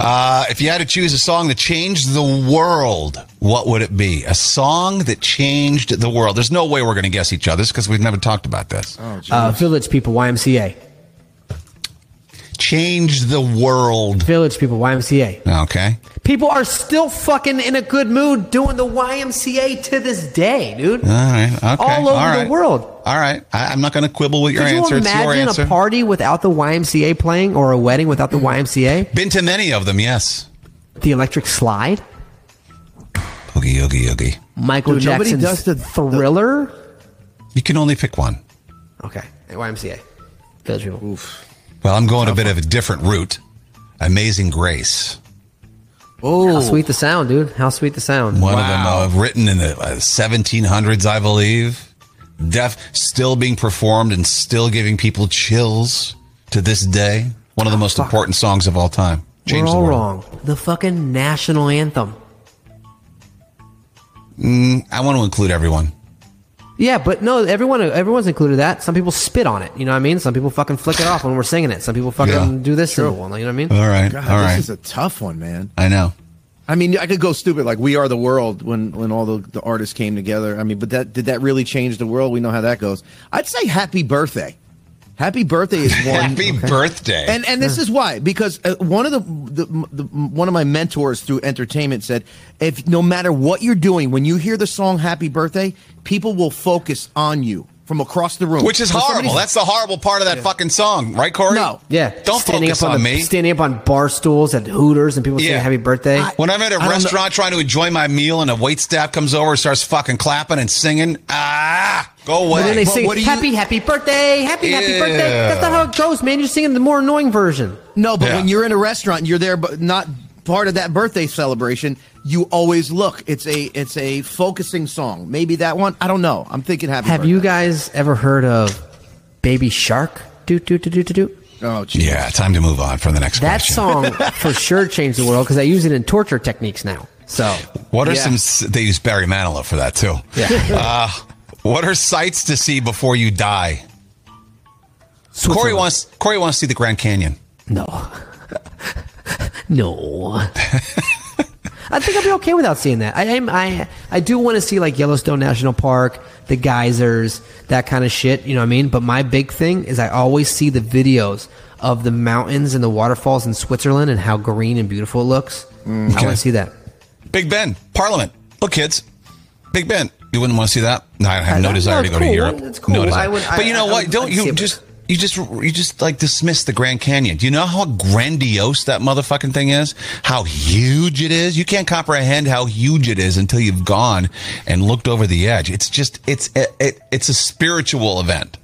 Speaker 3: Uh, if you had to choose a song to change the world, what would it be? A song that changed the world. There's no way we're going to guess each other's because we've never talked about this.
Speaker 4: Uh, village people, YMCA.
Speaker 3: Change the world.
Speaker 4: Village people, YMCA.
Speaker 3: Okay.
Speaker 4: People are still fucking in a good mood doing the YMCA to this day, dude.
Speaker 3: All right. Okay.
Speaker 4: All over
Speaker 3: All right.
Speaker 4: the world.
Speaker 3: All right. I, I'm not going to quibble with your
Speaker 4: Could you
Speaker 3: answer. it's your
Speaker 4: imagine
Speaker 3: answer.
Speaker 4: a party without the YMCA playing or a wedding without the YMCA?
Speaker 3: Been to many of them, yes.
Speaker 4: The electric slide?
Speaker 3: Oogie, oogie, oogie.
Speaker 4: Michael
Speaker 6: Dude, nobody
Speaker 4: Jackson's
Speaker 6: does the- the-
Speaker 4: Thriller?
Speaker 3: You can only pick one.
Speaker 4: Okay. At YMCA. Village people.
Speaker 3: Well, I'm going a bit of a different route. Amazing Grace.
Speaker 4: How sweet the sound, dude. How sweet the sound.
Speaker 3: One of them uh, written in the uh, 1700s, I believe. Def still being performed and still giving people chills to this day. One of the most important songs of all time.
Speaker 4: We're
Speaker 3: Changed the
Speaker 4: all
Speaker 3: world.
Speaker 4: wrong. The fucking national anthem.
Speaker 3: I want to include everyone.
Speaker 4: Yeah, but no, everyone everyone's included that. Some people spit on it. You know what I mean? Some people fucking flick it off when we're singing it. Some people fucking
Speaker 3: Yeah.
Speaker 4: do this symbol. You know what I mean?
Speaker 3: All right.
Speaker 6: God,
Speaker 3: all
Speaker 6: this
Speaker 3: right.
Speaker 6: is a tough one, man.
Speaker 3: I know.
Speaker 6: I mean, I could go stupid like "We Are the World" when when all the, the artists came together. I mean, but that did that really change the world? We know how that goes. I'd say "Happy Birthday." Happy birthday is one.
Speaker 3: Happy birthday.
Speaker 6: And and this is why because uh, one of the, the, the one of my mentors through entertainment said if no matter what you're doing when you hear the song Happy Birthday people will focus on you from across the room
Speaker 3: Which is
Speaker 6: So somebody's-
Speaker 3: horrible. That's the horrible part of that fucking song, right, Corey?
Speaker 6: No.
Speaker 4: Yeah.
Speaker 3: Don't focus
Speaker 4: up
Speaker 3: on,
Speaker 4: the,
Speaker 3: me.
Speaker 4: Standing up on bar stools at Hooters and people
Speaker 3: Yeah.
Speaker 4: saying happy birthday.
Speaker 3: When I'm at a
Speaker 6: I don't know.
Speaker 3: restaurant trying to enjoy my meal and a wait staff comes over and starts fucking clapping and singing, ah, go away.
Speaker 4: and then they
Speaker 6: But
Speaker 4: sing
Speaker 6: what do you-
Speaker 4: happy, happy birthday, happy, happy birthday.
Speaker 3: Yeah.
Speaker 4: That's not how it goes, man. You're singing the more annoying version.
Speaker 6: no but
Speaker 3: Yeah.
Speaker 6: when you're in a restaurant and you're there but not part of that birthday celebration you always look it's a it's a focusing song maybe that one I don't know I'm thinking Happy
Speaker 4: Have
Speaker 6: Birthday.
Speaker 4: you guys ever heard of Baby Shark? Do, do, do, do, do, do.
Speaker 6: oh geez.
Speaker 3: yeah, time to move on from the next
Speaker 4: That
Speaker 3: question.
Speaker 4: song for sure changed the world because I use it in torture techniques now. So,
Speaker 3: What are
Speaker 6: Yeah.
Speaker 3: some? s- They use Barry Manilow for that too. Yeah. uh, what are sights to see before you die? Corey
Speaker 4: Switzerland.
Speaker 3: wants. Corey wants to see the Grand Canyon.
Speaker 4: No. no. I think I'll be okay without seeing that. I am, I I do want to see like Yellowstone National Park, the geysers, that kind of shit. You know what I mean? But my big thing is I always see the videos of the mountains and the waterfalls in Switzerland and how green and beautiful it looks. I
Speaker 3: Mm. Okay.
Speaker 4: want to see that.
Speaker 3: Big Ben, Parliament. Look, kids. Big Ben. You wouldn't want to see that. No, I have
Speaker 4: I-
Speaker 3: no
Speaker 4: no,
Speaker 3: desire to
Speaker 4: it's
Speaker 3: go to
Speaker 4: cool.
Speaker 3: Europe.
Speaker 4: It's cool.
Speaker 3: No
Speaker 4: I
Speaker 3: desire.
Speaker 4: would- I-
Speaker 3: but you know
Speaker 4: I
Speaker 3: what?
Speaker 4: would-
Speaker 3: Don't
Speaker 4: I'd see
Speaker 3: you
Speaker 4: it.
Speaker 3: just you just you just like dismiss the Grand Canyon? Do you know how grandiose that motherfucking thing is? How huge it is? You can't comprehend how huge it is until you've gone and looked over the edge. It's just it's it, it, it's a spiritual event.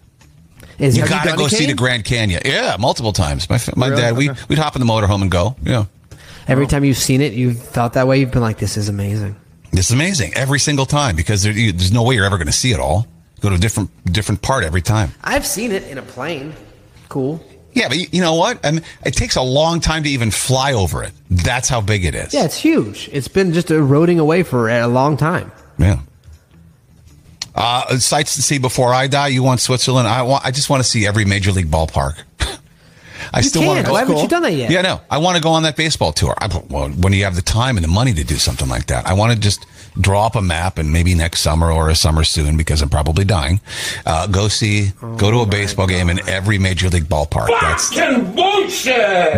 Speaker 4: Is
Speaker 3: You
Speaker 4: have you
Speaker 3: gotta
Speaker 6: done
Speaker 3: go see
Speaker 6: the
Speaker 3: the
Speaker 6: canyon?
Speaker 3: Grand Canyon. Yeah, multiple times. My f- my dad, we we'd hop in the motorhome and go. Yeah,
Speaker 4: Every time you've seen it, you've thought that way. You've been like, "This is amazing."
Speaker 3: it's amazing every single time because there, you, there's no way you're ever going to see it all. Go to a different different part every time.
Speaker 4: I've seen it in a plane. Cool.
Speaker 3: Yeah, but you, you know what? I mean, it takes a long time to even fly over it. That's how big it is.
Speaker 4: Yeah, it's huge. It's been just eroding away for a long time.
Speaker 3: Yeah. Uh, sights to see before I die. You want Switzerland? I want. I just want to see every major league ballpark. I still want
Speaker 4: can.
Speaker 3: to go.
Speaker 4: Why haven't you done that yet?
Speaker 3: Yeah, no. I want to go on that baseball tour. I, well, when you have the time and the money to do something like that, I want to just draw up a map and maybe next summer or a summer soon because I'm probably dying. Uh, go see, go
Speaker 4: Oh
Speaker 3: to a baseball game in every major league ballpark. That's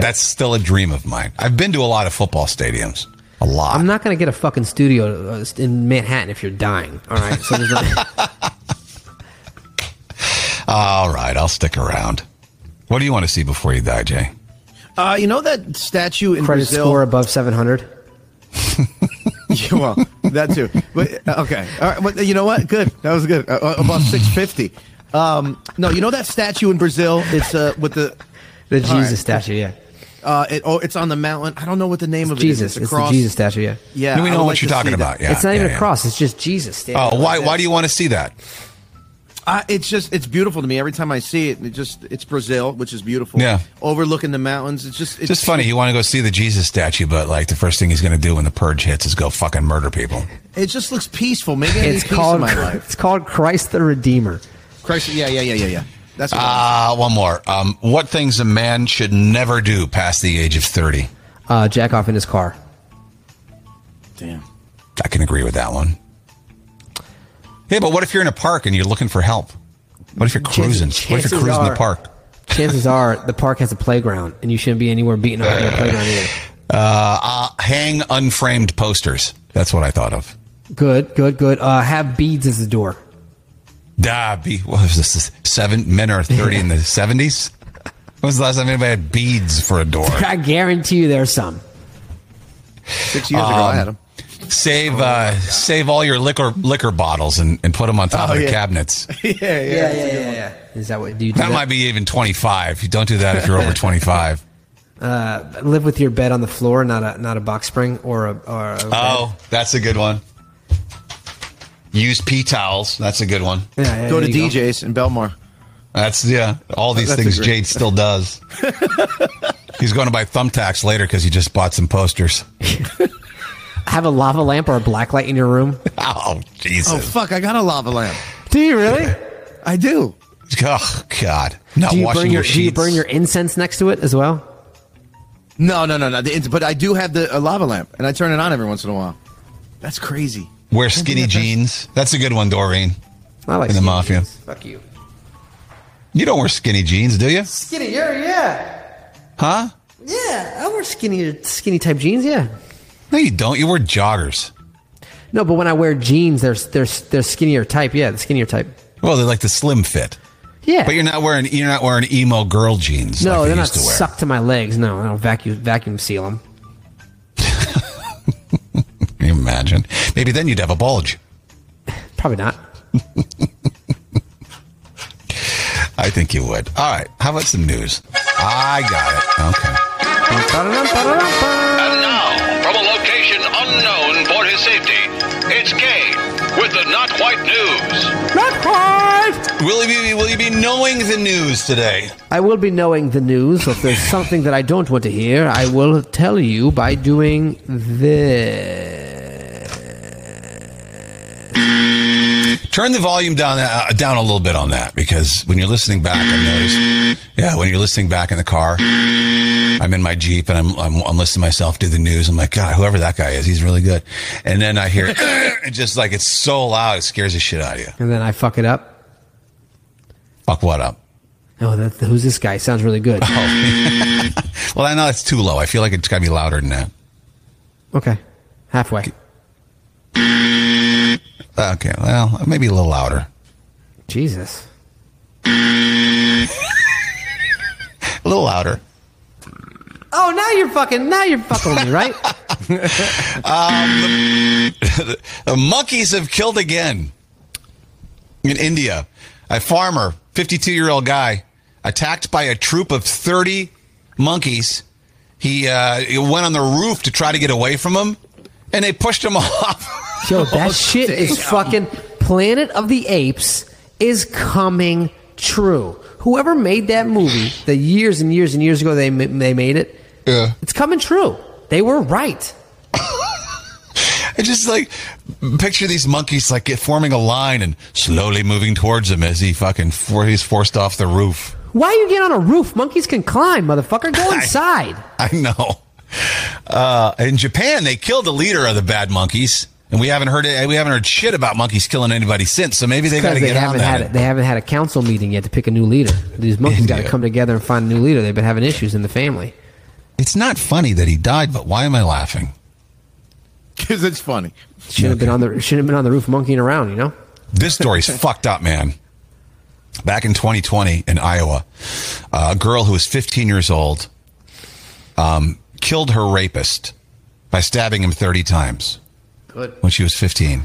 Speaker 3: that's still a dream of mine. I've been to a lot of football stadiums. A lot.
Speaker 4: I'm not going to get a fucking studio uh, in Manhattan if you're dying. All right. So there's no-
Speaker 3: All right, I'll stick around. What do you want to see before you die, Jay?
Speaker 6: Uh, you know that statue in
Speaker 4: credit
Speaker 6: Brazil.
Speaker 4: score above 700.
Speaker 6: Yeah, well, that too. But uh, okay, all right. But you know what? Good. That was good. Uh, Uh, about six fifty. Um, no, you know that statue in Brazil. It's uh with the
Speaker 4: The
Speaker 6: All right.
Speaker 4: Jesus statue, yeah.
Speaker 6: uh, it, oh, it's on the mountain. I don't know what the name of
Speaker 4: Jesus,
Speaker 6: it is.
Speaker 4: it's the Jesus statue, yeah.
Speaker 6: Yeah,
Speaker 3: we know
Speaker 6: I would
Speaker 3: what
Speaker 6: like
Speaker 3: you're
Speaker 6: to
Speaker 3: talking
Speaker 6: see that.
Speaker 3: about. Yeah,
Speaker 4: it's not
Speaker 3: yeah,
Speaker 4: even
Speaker 3: yeah.
Speaker 4: a cross. It's just Jesus. Standing
Speaker 3: Oh,
Speaker 4: like
Speaker 3: why?
Speaker 4: that.
Speaker 3: Why do you want to see that?
Speaker 6: I, it's just it's beautiful to me every time I see it. It just it's Brazil, which is beautiful.
Speaker 3: Yeah.
Speaker 6: overlooking the mountains. It's just it's
Speaker 3: Just funny. You want to go see the Jesus statue, but like the first thing he's going to do when the purge hits is go fucking murder people.
Speaker 6: It just looks peaceful. Maybe I
Speaker 4: It's
Speaker 6: need peace in
Speaker 4: called.
Speaker 6: my life.
Speaker 4: It's called Christ the Redeemer.
Speaker 6: Christ, yeah, yeah, yeah, yeah, yeah. That's what I-
Speaker 3: Uh, one more. Um, what things a man should never do past the age of thirty?
Speaker 4: Uh, jack off in his car.
Speaker 6: damn.
Speaker 3: I can agree with that one. Hey, but what if you're in a park and you're looking for help? What if you're cruising? what if
Speaker 4: chances
Speaker 3: you're cruising the
Speaker 4: are-
Speaker 3: park?
Speaker 4: Chances are the park has a playground, and you shouldn't be anywhere beating up your playground either.
Speaker 3: Uh, hang unframed posters. That's what I thought of.
Speaker 4: Good, good, good. Uh, have beads as the door.
Speaker 3: Da be what was this? this Seven men are thirty in the seventies. When was the last time anybody had beads for a door?
Speaker 4: I guarantee you there's some.
Speaker 6: Six years ago, I
Speaker 3: um,
Speaker 6: had him. Oh
Speaker 3: save uh, save all your liquor liquor bottles and, and put them on top of the
Speaker 6: Oh, yeah.
Speaker 3: cabinets.
Speaker 6: Yeah, yeah.
Speaker 4: yeah, yeah, yeah. Is that what do you do?
Speaker 3: That
Speaker 4: That
Speaker 3: might be even twenty five. You don't do that if you're over twenty five.
Speaker 4: Live with your bed on the floor, not a not a box spring or a. Or a
Speaker 3: Oh, that's a good one. Use pee towels. That's a good one.
Speaker 4: bed. Yeah, yeah,
Speaker 6: Go to
Speaker 4: there you
Speaker 6: DJs in Belmar.
Speaker 3: That's yeah. All these
Speaker 6: That's a
Speaker 3: things
Speaker 6: great-
Speaker 3: Jade still does. He's going to buy thumbtacks later because he just bought some posters.
Speaker 4: Have a lava lamp or a black light in your room.
Speaker 3: Oh
Speaker 6: Oh
Speaker 3: Jesus!
Speaker 6: fuck! I got a lava lamp.
Speaker 4: Do you really?
Speaker 6: I do.
Speaker 3: Oh God! Not
Speaker 4: Do you
Speaker 3: washing
Speaker 4: burn
Speaker 3: your
Speaker 4: your, Do you
Speaker 3: sheets.
Speaker 4: burn your incense next to it as well?
Speaker 6: No, no, no, no. The, but I do have the a lava lamp, and I turn it on every once in a while. That's crazy.
Speaker 3: Wear skinny jeans. That's a good one, Doreen.
Speaker 4: I like
Speaker 3: In the
Speaker 4: skinny
Speaker 3: mafia.
Speaker 4: jeans. Fuck you.
Speaker 3: You don't wear skinny jeans, do you?
Speaker 4: Skinnier, yeah.
Speaker 3: Huh?
Speaker 4: Yeah, I wear skinnier, skinny type jeans. Yeah.
Speaker 3: No, you don't. You wear joggers.
Speaker 4: No, but when I wear jeans, they're they're they're skinnier type. Yeah, the skinnier type.
Speaker 3: Well, they're like the slim fit,
Speaker 4: Yeah.
Speaker 3: but you're not wearing you're not wearing emo girl jeans.
Speaker 4: no,
Speaker 3: like
Speaker 4: they're
Speaker 3: they
Speaker 4: not
Speaker 3: used to wear.
Speaker 4: sucked to my legs. No, I don't vacuum vacuum seal them.
Speaker 3: Can you imagine? Maybe then you'd have a bulge.
Speaker 4: Probably not.
Speaker 3: I think you would. All right. How about some news? I got it. Okay.
Speaker 9: And now, from a location unknown for his safety, it's Kane with the Not Quite News.
Speaker 3: Will you be Will you be knowing the news today?
Speaker 4: I will be knowing the news. So if there's something that I don't want to hear, I will tell you by doing this.
Speaker 3: Turn the volume down uh, down a little bit on that because when you're listening back, I noticed. Yeah, when you're listening back in the car, I'm in my jeep and I'm I'm, I'm listening to myself do the news. I'm like, God, whoever that guy is, he's really good. And then I hear it just like it's so loud, it scares the shit out of you.
Speaker 4: And then I fuck it up.
Speaker 3: Fuck what up?
Speaker 4: Oh, that, who's this guy? Sounds really good.
Speaker 3: Oh. Well, I know it's too low. I feel like it's got to be louder than that.
Speaker 4: Okay. Halfway.
Speaker 3: Okay, well, maybe a little louder.
Speaker 4: Jesus.
Speaker 3: A little louder.
Speaker 4: Oh, now you're fucking, now you're fucking with me, right?
Speaker 3: The monkeys have killed again in India. A farmer, 52 year old guy, attacked by a troop of 30 monkeys. He, uh, he went on the roof to try to get away from them, and they pushed him off.
Speaker 4: Yo, that shit is fucking Planet of the Apes is coming true. Whoever made that movie, the years and years and years ago they ma- they made it,
Speaker 3: Yeah.
Speaker 4: it's coming true. They were right.
Speaker 3: I just like picture these monkeys like get forming a line and slowly moving towards him as he fucking for, he's forced off the roof.
Speaker 4: Why you get on a roof? Monkeys can climb, motherfucker. Go inside.
Speaker 3: I know. Uh, in Japan, they killed the leader of the bad monkeys And we haven't heard it. We haven't heard shit about monkeys killing anybody since. So maybe they got to
Speaker 4: Because they
Speaker 3: get on
Speaker 4: haven't
Speaker 3: that.
Speaker 4: had they haven't had a council meeting yet to pick a new leader. These monkeys got to
Speaker 3: Idiot.
Speaker 4: come together and find a new leader. They've been having issues in the family.
Speaker 3: It's not funny that he died, but why am I laughing?
Speaker 6: Because it's funny.
Speaker 4: Shouldn't have been on the shouldn't have been on the roof monkeying around. You know.
Speaker 3: This story's fucked up, man. Back in 2020 in Iowa, a girl who was 15 years old um, killed her rapist by stabbing him 30 times
Speaker 4: Good.
Speaker 3: when she was 15.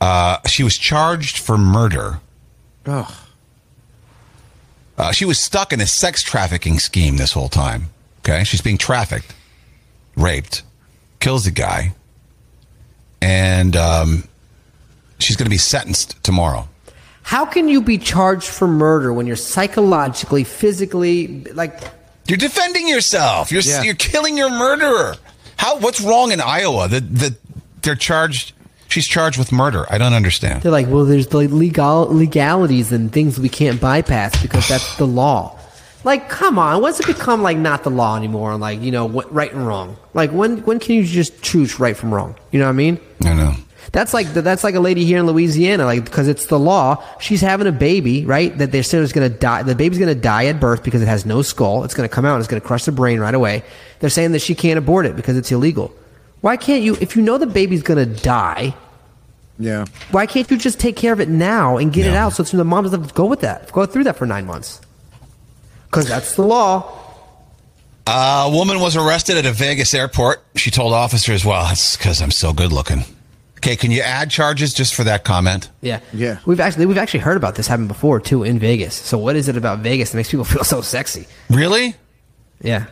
Speaker 3: Uh, she was charged for murder.
Speaker 6: Ugh.
Speaker 3: Uh, she was stuck in a sex trafficking scheme this whole time. Okay. She's being trafficked, raped, kills the guy, and um, she's going to be sentenced tomorrow.
Speaker 4: How can you be charged for murder when you're psychologically, physically, like
Speaker 3: You're defending yourself. You're
Speaker 6: Yeah.
Speaker 3: you're killing your murderer. How? What's wrong in Iowa that that they're charged? She's charged with murder. I don't understand.
Speaker 4: they're like, well, there's the legal legalities and things we can't bypass because that's the law. Like, come on, when's it become like not the law anymore? And like, you know, what, right and wrong. Like, when when can you just choose right from wrong? You know what I mean?
Speaker 3: I know.
Speaker 4: That's like that's like a lady here in Louisiana, like because it's the law. She's having a baby, right? That they're saying is going to die. The baby's going to die at birth because it has no skull. It's going to come out. and It's going to crush the brain right away. They're saying that she can't abort it because it's illegal. Why can't you? If you know the baby's going to die,
Speaker 5: Yeah.
Speaker 4: why can't you just take care of it now and get it
Speaker 3: Yeah.
Speaker 4: out so it's the mom doesn't have to go with that, go through that for nine months? Because that's the law.
Speaker 3: A woman was arrested at a Vegas airport. She told officers, "Well, it's because I'm so good looking." Okay, can you add charges just for that comment?
Speaker 4: Yeah,
Speaker 5: Yeah.
Speaker 4: We've actually we've actually heard about this happen before too in Vegas. So what is it about Vegas that makes people feel so sexy?
Speaker 3: Really?
Speaker 4: Yeah.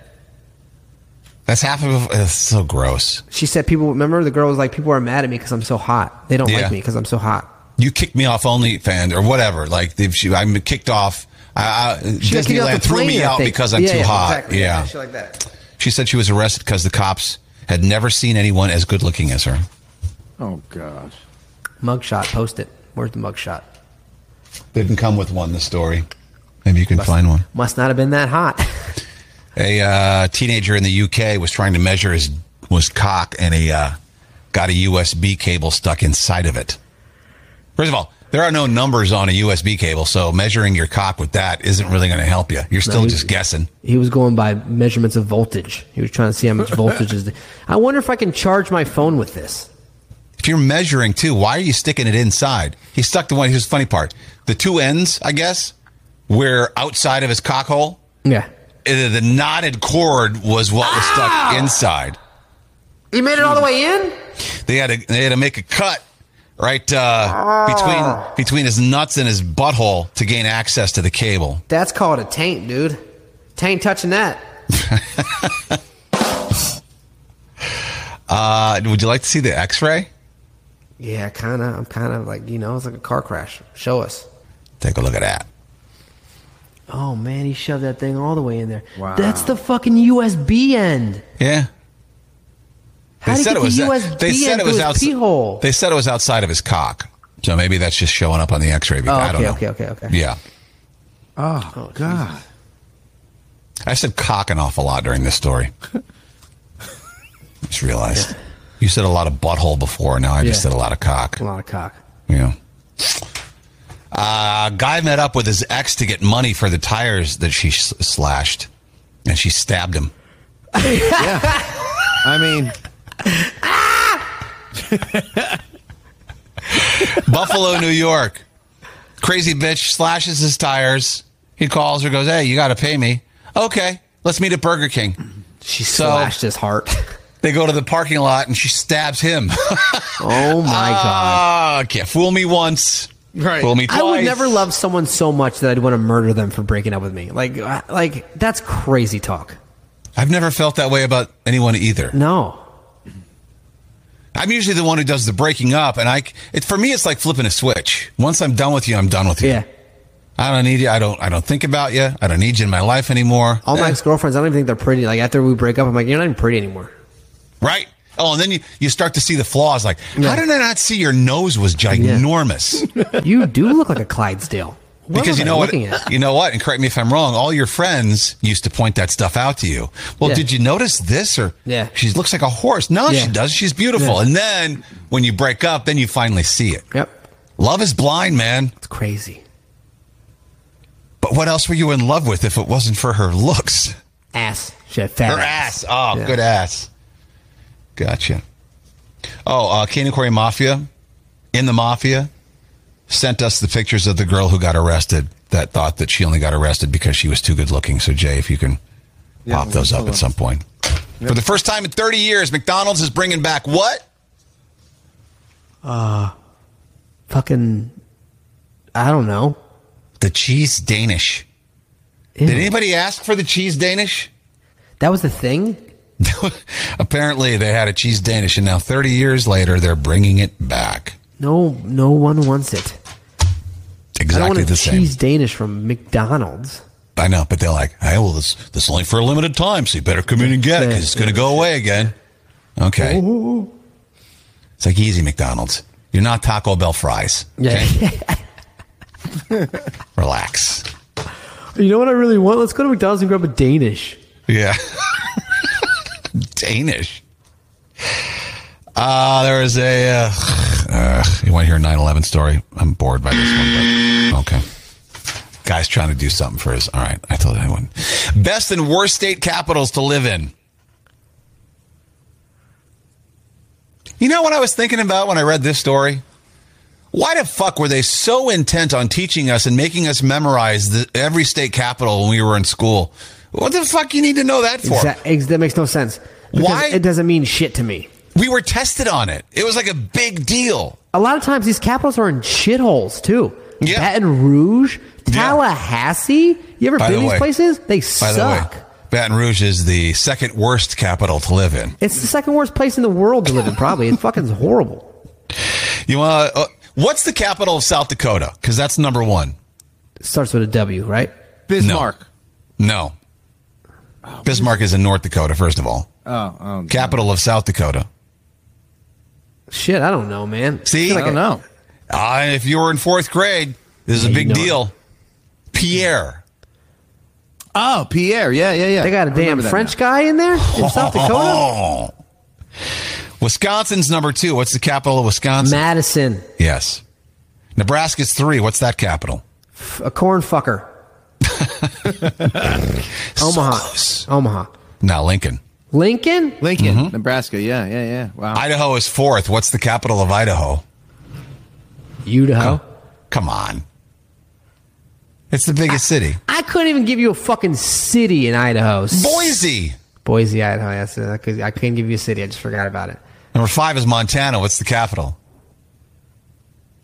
Speaker 3: That's half of. It's so gross.
Speaker 4: She said, "People remember the girl was like, people are mad at me because I'm so hot. They don't
Speaker 3: Yeah.
Speaker 4: like me because I'm so hot."
Speaker 3: You kicked me off OnlyFans or whatever. Like if she, I'm kicked off. I, I,
Speaker 4: She got kicked off
Speaker 3: Disneyland
Speaker 4: the
Speaker 3: threw
Speaker 4: plane,
Speaker 3: me
Speaker 4: I
Speaker 3: out
Speaker 4: think.
Speaker 3: because I'm
Speaker 4: Yeah,
Speaker 3: too
Speaker 4: yeah,
Speaker 3: hot.
Speaker 4: exactly.
Speaker 3: Yeah,
Speaker 4: shit like that.
Speaker 3: She said she was arrested because the cops had never seen anyone as good looking as her.
Speaker 5: Oh God.
Speaker 4: Mugshot, post it. Where's the mugshot?
Speaker 3: Didn't come with one, the story. Maybe you can find one.
Speaker 4: Must not have been that hot.
Speaker 3: A uh, teenager in the UK was trying to measure his was cock and he uh, got a USB cable stuck inside of it. First of all, there are no numbers on a USB cable, so measuring your cock with that isn't really going to help you. You're still
Speaker 4: you-
Speaker 3: just guessing.
Speaker 4: he was going by measurements of voltage. He was trying to see how much voltage is. The- I wonder if I can charge my phone with this.
Speaker 3: If you're measuring too, why are you sticking it inside? He stuck the one. Here's the funny part: the two ends, I guess, were outside of his cock hole.
Speaker 4: Yeah,
Speaker 3: Uh, the knotted cord was what was stuck inside.
Speaker 4: he made it all the way in.
Speaker 3: They had to they had to make a cut right uh,
Speaker 4: Ah.
Speaker 3: between between his nuts and his butthole to gain access to the cable.
Speaker 4: That's called a taint, dude. Taint touching that.
Speaker 3: Uh, would you like to see the X-ray?
Speaker 4: Yeah, kind of. I'm kind of like you know, it's like a car crash. Show us.
Speaker 3: Take a look at that.
Speaker 4: Oh man, he shoved that thing all the way in there. Wow. That's the fucking USB end.
Speaker 3: Yeah.
Speaker 4: How do you get the USB
Speaker 3: They said
Speaker 4: end
Speaker 3: it was
Speaker 4: through his
Speaker 3: outs-
Speaker 4: pee hole?
Speaker 3: They said it was outside of his cock. So maybe that's just showing up on the X-ray.
Speaker 4: Oh,
Speaker 3: I don't
Speaker 4: okay,
Speaker 3: know.
Speaker 4: okay, okay, okay.
Speaker 3: Yeah.
Speaker 6: Oh, God.
Speaker 3: I said cock an awful lot during this story. just realized. You said a lot of butthole before. Now I just
Speaker 4: Yeah.
Speaker 3: said a lot of cock.
Speaker 4: A lot of cock.
Speaker 3: Yeah. Uh, guy met up with his ex to get money for the tires that she s- slashed, and she stabbed him.
Speaker 6: Yeah. I mean,
Speaker 3: Buffalo, New York. Crazy bitch slashes his tires. He calls her, goes, "Hey, you got to pay me." Okay, let's meet at Burger King.
Speaker 4: She
Speaker 3: So-
Speaker 4: slashed his heart.
Speaker 3: They go to the parking lot, and she stabs him.
Speaker 4: oh my
Speaker 3: Ah,
Speaker 4: god.
Speaker 3: can't fool me once.
Speaker 6: Right.
Speaker 3: Fool me twice.
Speaker 4: I would never love someone so much that I'd want to murder them for breaking up with me. Like, I- like that's crazy talk.
Speaker 3: I've never felt that way about anyone either.
Speaker 4: No,
Speaker 3: I'm usually the one who does the breaking up, and I it, for me it's like flipping a switch. Once I'm done with you, I'm done with you.
Speaker 4: yeah.
Speaker 3: I don't need you. I don't. I don't think about you. I don't need you in my life anymore.
Speaker 4: All my
Speaker 3: Eh,
Speaker 4: ex girlfriends, I don't even think they're pretty. Like after we break up, I'm like, you're not even pretty anymore.
Speaker 3: right. Oh, and then you, you start to see the flaws. Like,
Speaker 4: Yeah.
Speaker 3: how did I not see your nose was ginormous?
Speaker 4: You do look like a Clydesdale. What
Speaker 3: because
Speaker 4: am
Speaker 3: you
Speaker 4: I
Speaker 3: know what
Speaker 4: looking at?
Speaker 3: you know what and correct me if i'm wrong all your friends used to point that stuff out to you well
Speaker 4: Yeah.
Speaker 3: did you notice this or
Speaker 4: Yeah.
Speaker 3: she looks like a horse no
Speaker 4: Yeah.
Speaker 3: she does she's beautiful
Speaker 4: Yeah.
Speaker 3: and then when you break up then you finally see it
Speaker 4: Yep.
Speaker 3: love is blind man
Speaker 4: It's crazy.
Speaker 3: but what else were you in love with if it wasn't for her looks
Speaker 4: Ass. She had fat
Speaker 3: Her ass. Oh, good ass. Gotcha. Oh, uh, Kane and Corey Mafia in the Mafia sent us the pictures of the girl who got arrested that thought that she only got arrested because she was too good looking. So, Jay, if you can pop those up at some point. For the first time in 30 years, McDonald's is bringing back what?
Speaker 4: Fucking. I don't know.
Speaker 3: The cheese Danish.
Speaker 4: Ew.
Speaker 3: Did anybody ask for the cheese Danish?
Speaker 4: That was the thing.
Speaker 3: Apparently, they had a cheese Danish, and now 30 years later, they're bringing it back.
Speaker 4: No, no one wants it. I don't
Speaker 3: Exactly
Speaker 4: want a
Speaker 3: the same.
Speaker 4: cheese Danish from McDonald's.
Speaker 3: I know, but they're like, hey, well, this this is only for a limited time, so you better come in and get it because it's going to go away again. Okay. It's like easy McDonald's. You're not Taco Bell fries.
Speaker 4: Yeah.
Speaker 3: Relax.
Speaker 4: you know what I really want? Let's go to McDonald's and grab a Danish.
Speaker 3: Yeah. Danish. Ah, there is a. Uh, uh, you want to hear a 9 11 story? I'm bored by this one, but okay. Guy's trying to do something for his. All right. I told you I wouldn't. Best and worst state capitals to live in. You know what I was thinking about when I read this story? Why the fuck were they so intent on teaching us and making us memorize the, every state capital when we were in school? What the fuck you need to know that for?
Speaker 4: Exa- ex- that makes no sense. Because
Speaker 3: Why-
Speaker 4: It doesn't mean shit to me.
Speaker 3: We were tested on it. It was like a big deal.
Speaker 4: A lot of times these capitals are in shitholes too.
Speaker 3: Yeah.
Speaker 4: Baton Rouge,
Speaker 3: Yeah.
Speaker 4: Tallahassee. You ever
Speaker 3: By
Speaker 4: been
Speaker 3: the
Speaker 4: to
Speaker 3: way-
Speaker 4: these places? They
Speaker 3: By
Speaker 4: suck.
Speaker 3: the way, Baton Rouge is the second worst capital to live in.
Speaker 4: It's the second worst place in the world to live in, probably. It's fucking horrible.
Speaker 3: You want? Uh, what's the capital of South Dakota? Because that's number one.
Speaker 4: It starts with a W, right?
Speaker 6: Bismarck.
Speaker 3: No. Bismarck is in North Dakota. First of all,
Speaker 5: Oh, oh
Speaker 3: capital of South Dakota.
Speaker 4: Shit, I don't know, man.
Speaker 3: See,
Speaker 6: I don't know.
Speaker 3: Uh, if you were in fourth grade, this is a
Speaker 4: Yeah, you
Speaker 3: big
Speaker 4: know
Speaker 3: deal. Pierre.
Speaker 6: Oh, Pierre. Yeah, yeah, yeah.
Speaker 4: They got a
Speaker 6: I remember
Speaker 4: damn
Speaker 6: that
Speaker 4: French
Speaker 6: now.
Speaker 4: guy in there in South Dakota?
Speaker 3: Oh. Wisconsin's number two. What's the capital of Wisconsin?
Speaker 4: Madison,
Speaker 3: Yes. Nebraska's three. What's that capital?
Speaker 4: f- a corn fucker. Omaha.
Speaker 3: close.
Speaker 4: Omaha.
Speaker 3: Now Lincoln.
Speaker 4: Lincoln?
Speaker 6: Lincoln,
Speaker 4: Mm-hmm.
Speaker 6: Nebraska. Yeah, yeah, yeah. Wow.
Speaker 3: Idaho is fourth. What's the capital of Idaho?
Speaker 4: Utah.
Speaker 3: Oh. Come on. It's the biggest city.
Speaker 4: I couldn't even give you a fucking city in Idaho. S-
Speaker 3: Boise.
Speaker 4: Boise, Idaho. Yes, I could- I couldn't give you a city. I just forgot about it.
Speaker 3: Number five is Montana. What's the capital?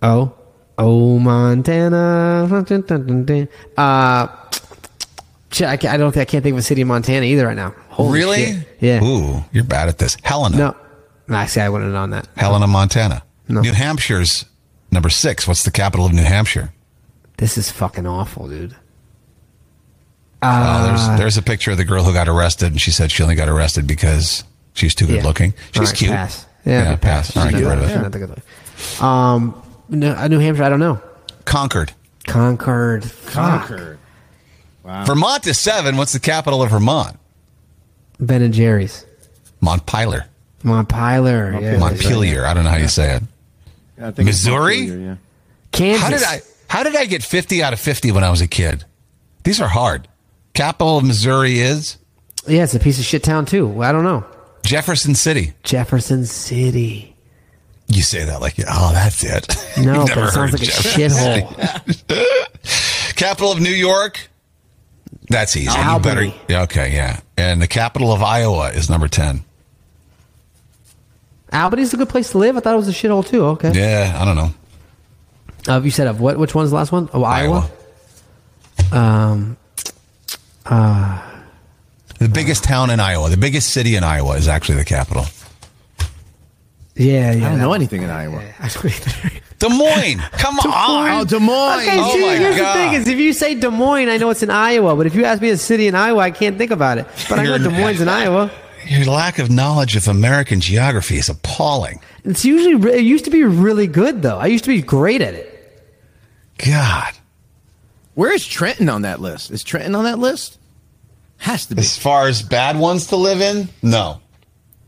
Speaker 4: Oh, oh, Montana. Uh, shit, I, ca- I don't think I can't think of a city in Montana either right now. Holy
Speaker 3: really?
Speaker 4: shit. Yeah.
Speaker 3: Ooh, you're bad at this. Helena.
Speaker 4: No, I see. I wouldn't have known that.
Speaker 3: Helena, Montana.
Speaker 4: No.
Speaker 3: New Hampshire's number six. What's the capital of New Hampshire?
Speaker 4: This is fucking awful, dude.
Speaker 3: Oh,
Speaker 4: Uh,
Speaker 3: there's there's a picture of the girl who got arrested, and she said she only got arrested because she's too good
Speaker 4: Yeah.
Speaker 3: looking.
Speaker 4: All
Speaker 3: She's
Speaker 4: right,
Speaker 3: cute.
Speaker 4: Pass. Yeah, okay,
Speaker 3: pass. All right,
Speaker 4: She's
Speaker 3: get
Speaker 4: not-
Speaker 3: rid of it.
Speaker 4: she's not that good. Um, no, uh, New Hampshire. I don't know.
Speaker 3: Concord.
Speaker 4: Concord. Fuck.
Speaker 5: Concord.
Speaker 3: Vermont is seven. What's the capital of Vermont?
Speaker 4: Ben and Jerry's.
Speaker 3: Montpelier.
Speaker 4: Montpelier. yeah, that's right.
Speaker 3: Montpelier. I don't know how you say it.
Speaker 5: I think it's
Speaker 3: Missouri?
Speaker 5: Montpelier, yeah.
Speaker 4: Kansas.
Speaker 3: How did I how did I get 50 out of 50 when I was a kid? These are hard. Capital of Missouri is
Speaker 4: Yeah, it's a piece of shit town too. Well, I don't know.
Speaker 3: Jefferson City.
Speaker 4: Jefferson City.
Speaker 3: You say that like, oh, that's it.
Speaker 4: No,
Speaker 3: You've
Speaker 4: but it sounds
Speaker 3: heard
Speaker 4: like a
Speaker 3: Jefferson.
Speaker 4: shithole.
Speaker 3: Capital of New York. That's easy. You
Speaker 4: Albany.
Speaker 3: better- yeah, okay, yeah. And the capital of Iowa is number 10.
Speaker 4: Albany's a good place to live. I thought it was a shithole too. Okay.
Speaker 3: Yeah, I don't know.
Speaker 4: Uh, you said of what? Which one's the last one? Oh, Iowa.
Speaker 3: Iowa. The biggest town in Iowa, the biggest city in Iowa is actually the capital.
Speaker 4: Yeah, yeah.
Speaker 6: I don't
Speaker 4: that
Speaker 6: know
Speaker 4: one.
Speaker 6: anything in Iowa.
Speaker 3: Des Moines. Come on.
Speaker 6: Oh, Des Moines.
Speaker 4: Okay,
Speaker 3: Oh
Speaker 4: see,
Speaker 3: my
Speaker 4: here's
Speaker 3: God.
Speaker 4: the thing: is if you say Des Moines, I know it's in Iowa. But if you ask me a city in Iowa, I can't think about it. But I know
Speaker 3: You're-
Speaker 4: Des Moines in Iowa.
Speaker 3: Your lack of knowledge of American geography is appalling.
Speaker 4: It's usually re- it used to be really good though. I used to be great at it.
Speaker 3: God.
Speaker 6: Where is Trenton on that list? Is Trenton on that list? Has to be.
Speaker 3: As far as bad ones to live in, no.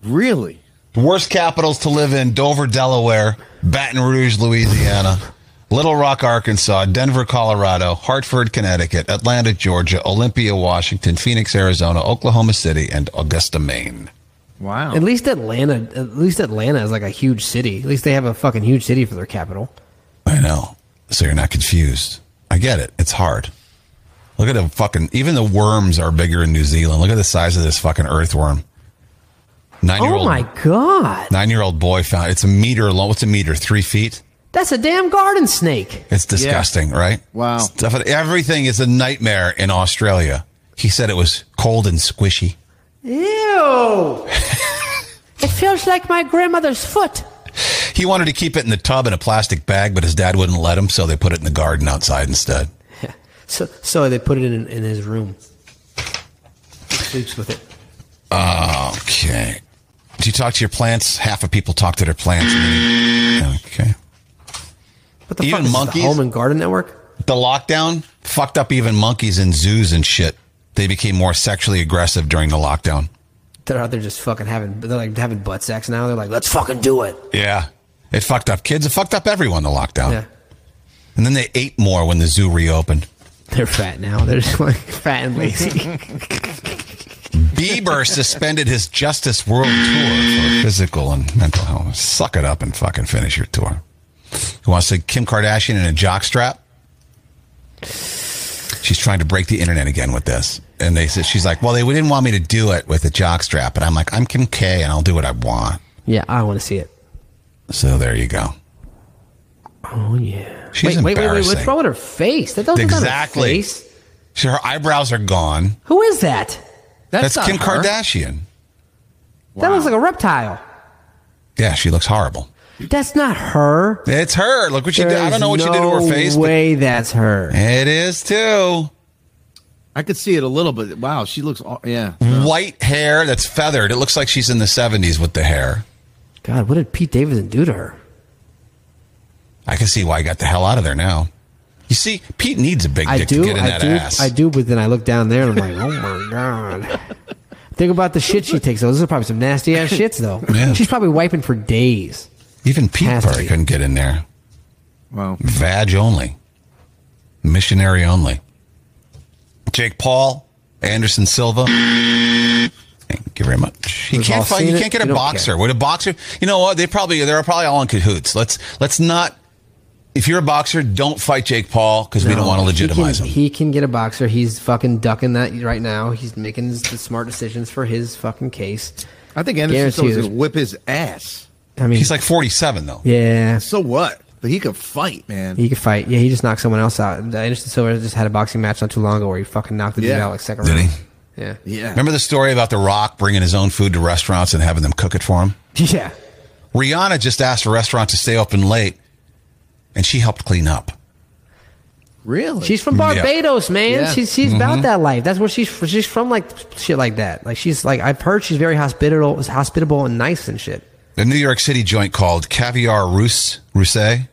Speaker 6: Really?
Speaker 3: Worst capitals to live in Dover, Delaware, Baton Rouge, Louisiana, Little Rock, Arkansas, Denver, Colorado, Hartford, Connecticut, Atlanta, Georgia, Olympia, Washington, Phoenix, Arizona, Oklahoma City, and Augusta, Maine.
Speaker 6: Wow.
Speaker 4: At least Atlanta, at least Atlanta is like a huge city. At least they have a fucking huge city for their capital.
Speaker 3: I know. So you're not confused. I get it. It's hard. Look at the fucking, even the worms are bigger in New Zealand. Look at the size of this fucking earthworm. Nine year
Speaker 4: Oh
Speaker 3: old,
Speaker 4: my god,
Speaker 3: nine year old boy found it's a meter long. What's a meter? Three feet?
Speaker 4: that's a damn garden snake.
Speaker 3: It's disgusting, right?
Speaker 6: Wow.
Speaker 3: Stuff, everything is a nightmare in Australia. He said it was cold and squishy.
Speaker 4: Ew! it feels like my grandmother's foot.
Speaker 3: He wanted to keep it in the tub in a plastic bag, but his dad wouldn't let him, so they put it in the garden outside instead.
Speaker 4: So, so they put it in in his room. He sleeps with it.
Speaker 3: Okay. Do you talk to your plants? Half of people talk to their plants. okay.
Speaker 4: What the
Speaker 3: Even
Speaker 4: fuck is this,
Speaker 3: monkeys?
Speaker 4: the Home and Garden Network?
Speaker 3: The lockdown fucked up even monkeys in zoos and shit. They became more sexually aggressive during the lockdown.
Speaker 4: They're out there just fucking having they're like having butt sex now. They're like, let's fucking do it.
Speaker 3: Yeah. It fucked up kids. It fucked up everyone, the lockdown.
Speaker 4: Yeah.
Speaker 3: And then they ate more when the zoo reopened.
Speaker 4: They're fat now. They're just like fat and lazy.
Speaker 3: Bieber suspended his Justice World Tour for physical and mental health. Suck it up and fucking finish your tour. Who wants to Kim Kardashian in a jockstrap? She's trying to break the internet again with this. And they said she's like, Well, they didn't want me to do it with a jockstrap, and I'm like, I'm Kim K and I'll do what I want.
Speaker 4: yeah, I want to see it.
Speaker 3: So there you go.
Speaker 4: Oh yeah.
Speaker 3: She's
Speaker 4: wait, wait, wait, wait.
Speaker 3: embarrassing.
Speaker 4: What's wrong with her face? That doesn't exactly.
Speaker 3: Exactly.
Speaker 4: face.
Speaker 3: So her eyebrows are gone.
Speaker 4: Who is that?
Speaker 3: That's,
Speaker 6: not
Speaker 3: Kim
Speaker 6: her.
Speaker 3: Kardashian.
Speaker 4: That looks like a reptile.
Speaker 3: Yeah, she looks horrible.
Speaker 4: That's not her.
Speaker 3: It's her. Look what she did.
Speaker 4: There
Speaker 3: I don't
Speaker 4: is
Speaker 3: know what she did to her
Speaker 4: no
Speaker 3: face, but
Speaker 4: Way that's her.
Speaker 3: it is too.
Speaker 6: I could see it a little bit. Wow, she looks. aw- Yeah.
Speaker 4: Mm-hmm.
Speaker 3: white hair that's feathered. It looks like she's in the 70s with the hair.
Speaker 4: God, what did Pete Davidson do to her?
Speaker 3: I can see why I got the hell out of there now. You see, Pete needs a big dick
Speaker 4: I do,
Speaker 3: to get in
Speaker 4: I
Speaker 3: that
Speaker 4: do,
Speaker 3: ass.
Speaker 4: I do. But then I look down there and I'm like, oh my god. Think about the shit she takes. Though those are probably some nasty ass shits, though.
Speaker 3: Yeah.
Speaker 4: She's probably wiping for days.
Speaker 3: Even Pete
Speaker 4: Has to
Speaker 3: probably
Speaker 4: be.
Speaker 3: couldn't get in there.
Speaker 6: Wow.
Speaker 3: Vag only. Missionary only. Jake Paul, Anderson Silva. Thank you very much. You
Speaker 4: We've all
Speaker 3: can't fight,
Speaker 4: seen
Speaker 3: you
Speaker 4: it.
Speaker 3: can't get
Speaker 4: We
Speaker 3: a
Speaker 4: don't
Speaker 3: boxer.
Speaker 4: care.
Speaker 3: Would a boxer you know what? They probably they're probably all in cahoots. Let's let's not if you're a boxer, don't fight Jake Paul because we don't
Speaker 4: No,
Speaker 3: want to
Speaker 4: he can-
Speaker 3: legitimize him.
Speaker 4: He can get a boxer. He's fucking ducking that right now. He's making his- the smart decisions for his fucking case.
Speaker 6: I think Anderson Silva's
Speaker 4: Guaranteed.
Speaker 6: going to whip his ass.
Speaker 4: I mean,
Speaker 3: He's like 47 though.
Speaker 4: yeah,
Speaker 6: So what? But he could fight, man.
Speaker 4: he could fight. Yeah, he just knocked someone else out. Anderson Silva just had a boxing match not too long ago where he fucking knocked the dude
Speaker 6: Yeah.
Speaker 4: out like second
Speaker 3: Did
Speaker 4: round.
Speaker 3: he?
Speaker 4: Yeah.
Speaker 6: yeah.
Speaker 3: Remember the story about The Rock bringing his own food to restaurants and having them cook it for him?
Speaker 4: Yeah.
Speaker 3: Rihanna just asked a restaurant to stay open late, and she helped clean up.
Speaker 6: Really?
Speaker 4: She's from
Speaker 3: Yeah.
Speaker 4: Barbados, man.
Speaker 6: Yeah.
Speaker 4: She's she's
Speaker 3: Mm-hmm.
Speaker 4: about that life. That's where she's she's from, like shit like that. Like she's like I've heard she's very hospitable, hospitable and nice and shit.
Speaker 3: The New York City joint called Caviar Rus Russet.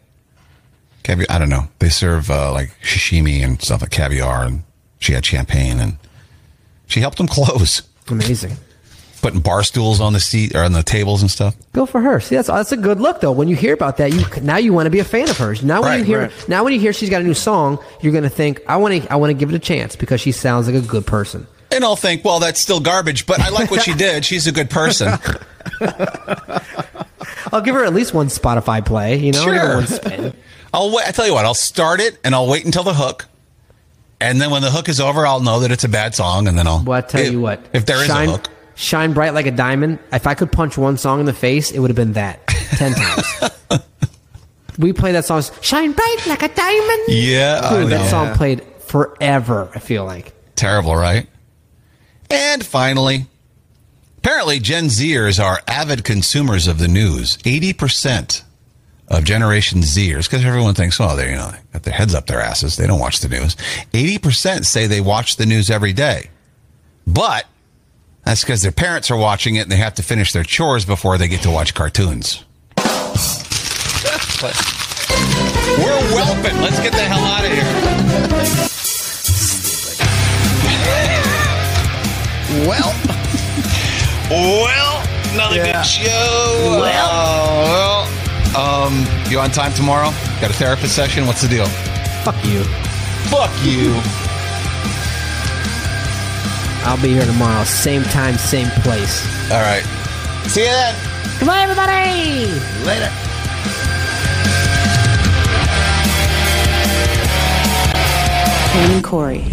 Speaker 3: Caviar, I don't know. They serve uh, like sashimi and stuff like caviar, and she had champagne, and she helped them close,
Speaker 4: Amazing.
Speaker 3: putting bar stools on the seat or on the tables and stuff.
Speaker 4: Go for her. See, that's that's a good look though. When you hear about that, you now you want to be a fan of hers. Now when you
Speaker 3: Right,
Speaker 4: hear
Speaker 3: right.
Speaker 4: now when you hear she's got a new song, you're gonna think I want to I want to give it a chance because she sounds like a good person.
Speaker 3: And I'll think, well, that's still garbage, but I like what she did. She's a good person.
Speaker 4: I'll give her at least one Spotify play. You know, I'll give her
Speaker 3: Sure.
Speaker 4: one spin.
Speaker 3: I'll wait. I tell you what, I'll start it and I'll wait until the hook. And then when the hook is over, I'll know that it's a bad song and then I'll.
Speaker 4: Well, I tell
Speaker 3: if,
Speaker 4: you what,
Speaker 3: If there is
Speaker 4: shine,
Speaker 3: a hook.
Speaker 4: shine bright like a diamond. If I could punch one song in the face, it would have been that ten times. we play that song, shine bright like a diamond.
Speaker 3: Yeah, I
Speaker 4: Dude,
Speaker 3: know.
Speaker 4: that song played forever. I feel like
Speaker 3: Terrible, right? And finally, apparently Gen Zers are avid consumers of the news. 80% of Generation Zers, because everyone thinks, oh, they're, you know, they got their heads up their asses. They don't watch the news. 80% say they watch the news every day. But that's because their parents are watching it and they have to finish their chores before they get to watch cartoons. We're whelping. Let's get the hell out of here. Well, well, another
Speaker 6: Yeah.
Speaker 3: good show.
Speaker 6: Well.
Speaker 3: Uh, well. Um, you on time tomorrow? Got a therapist session? What's the deal?
Speaker 4: Fuck you.
Speaker 3: Fuck you.
Speaker 4: I'll be here tomorrow, same time, same place.
Speaker 3: All right. See you then.
Speaker 4: Goodbye, everybody.
Speaker 3: Later.
Speaker 10: Kane and Corey.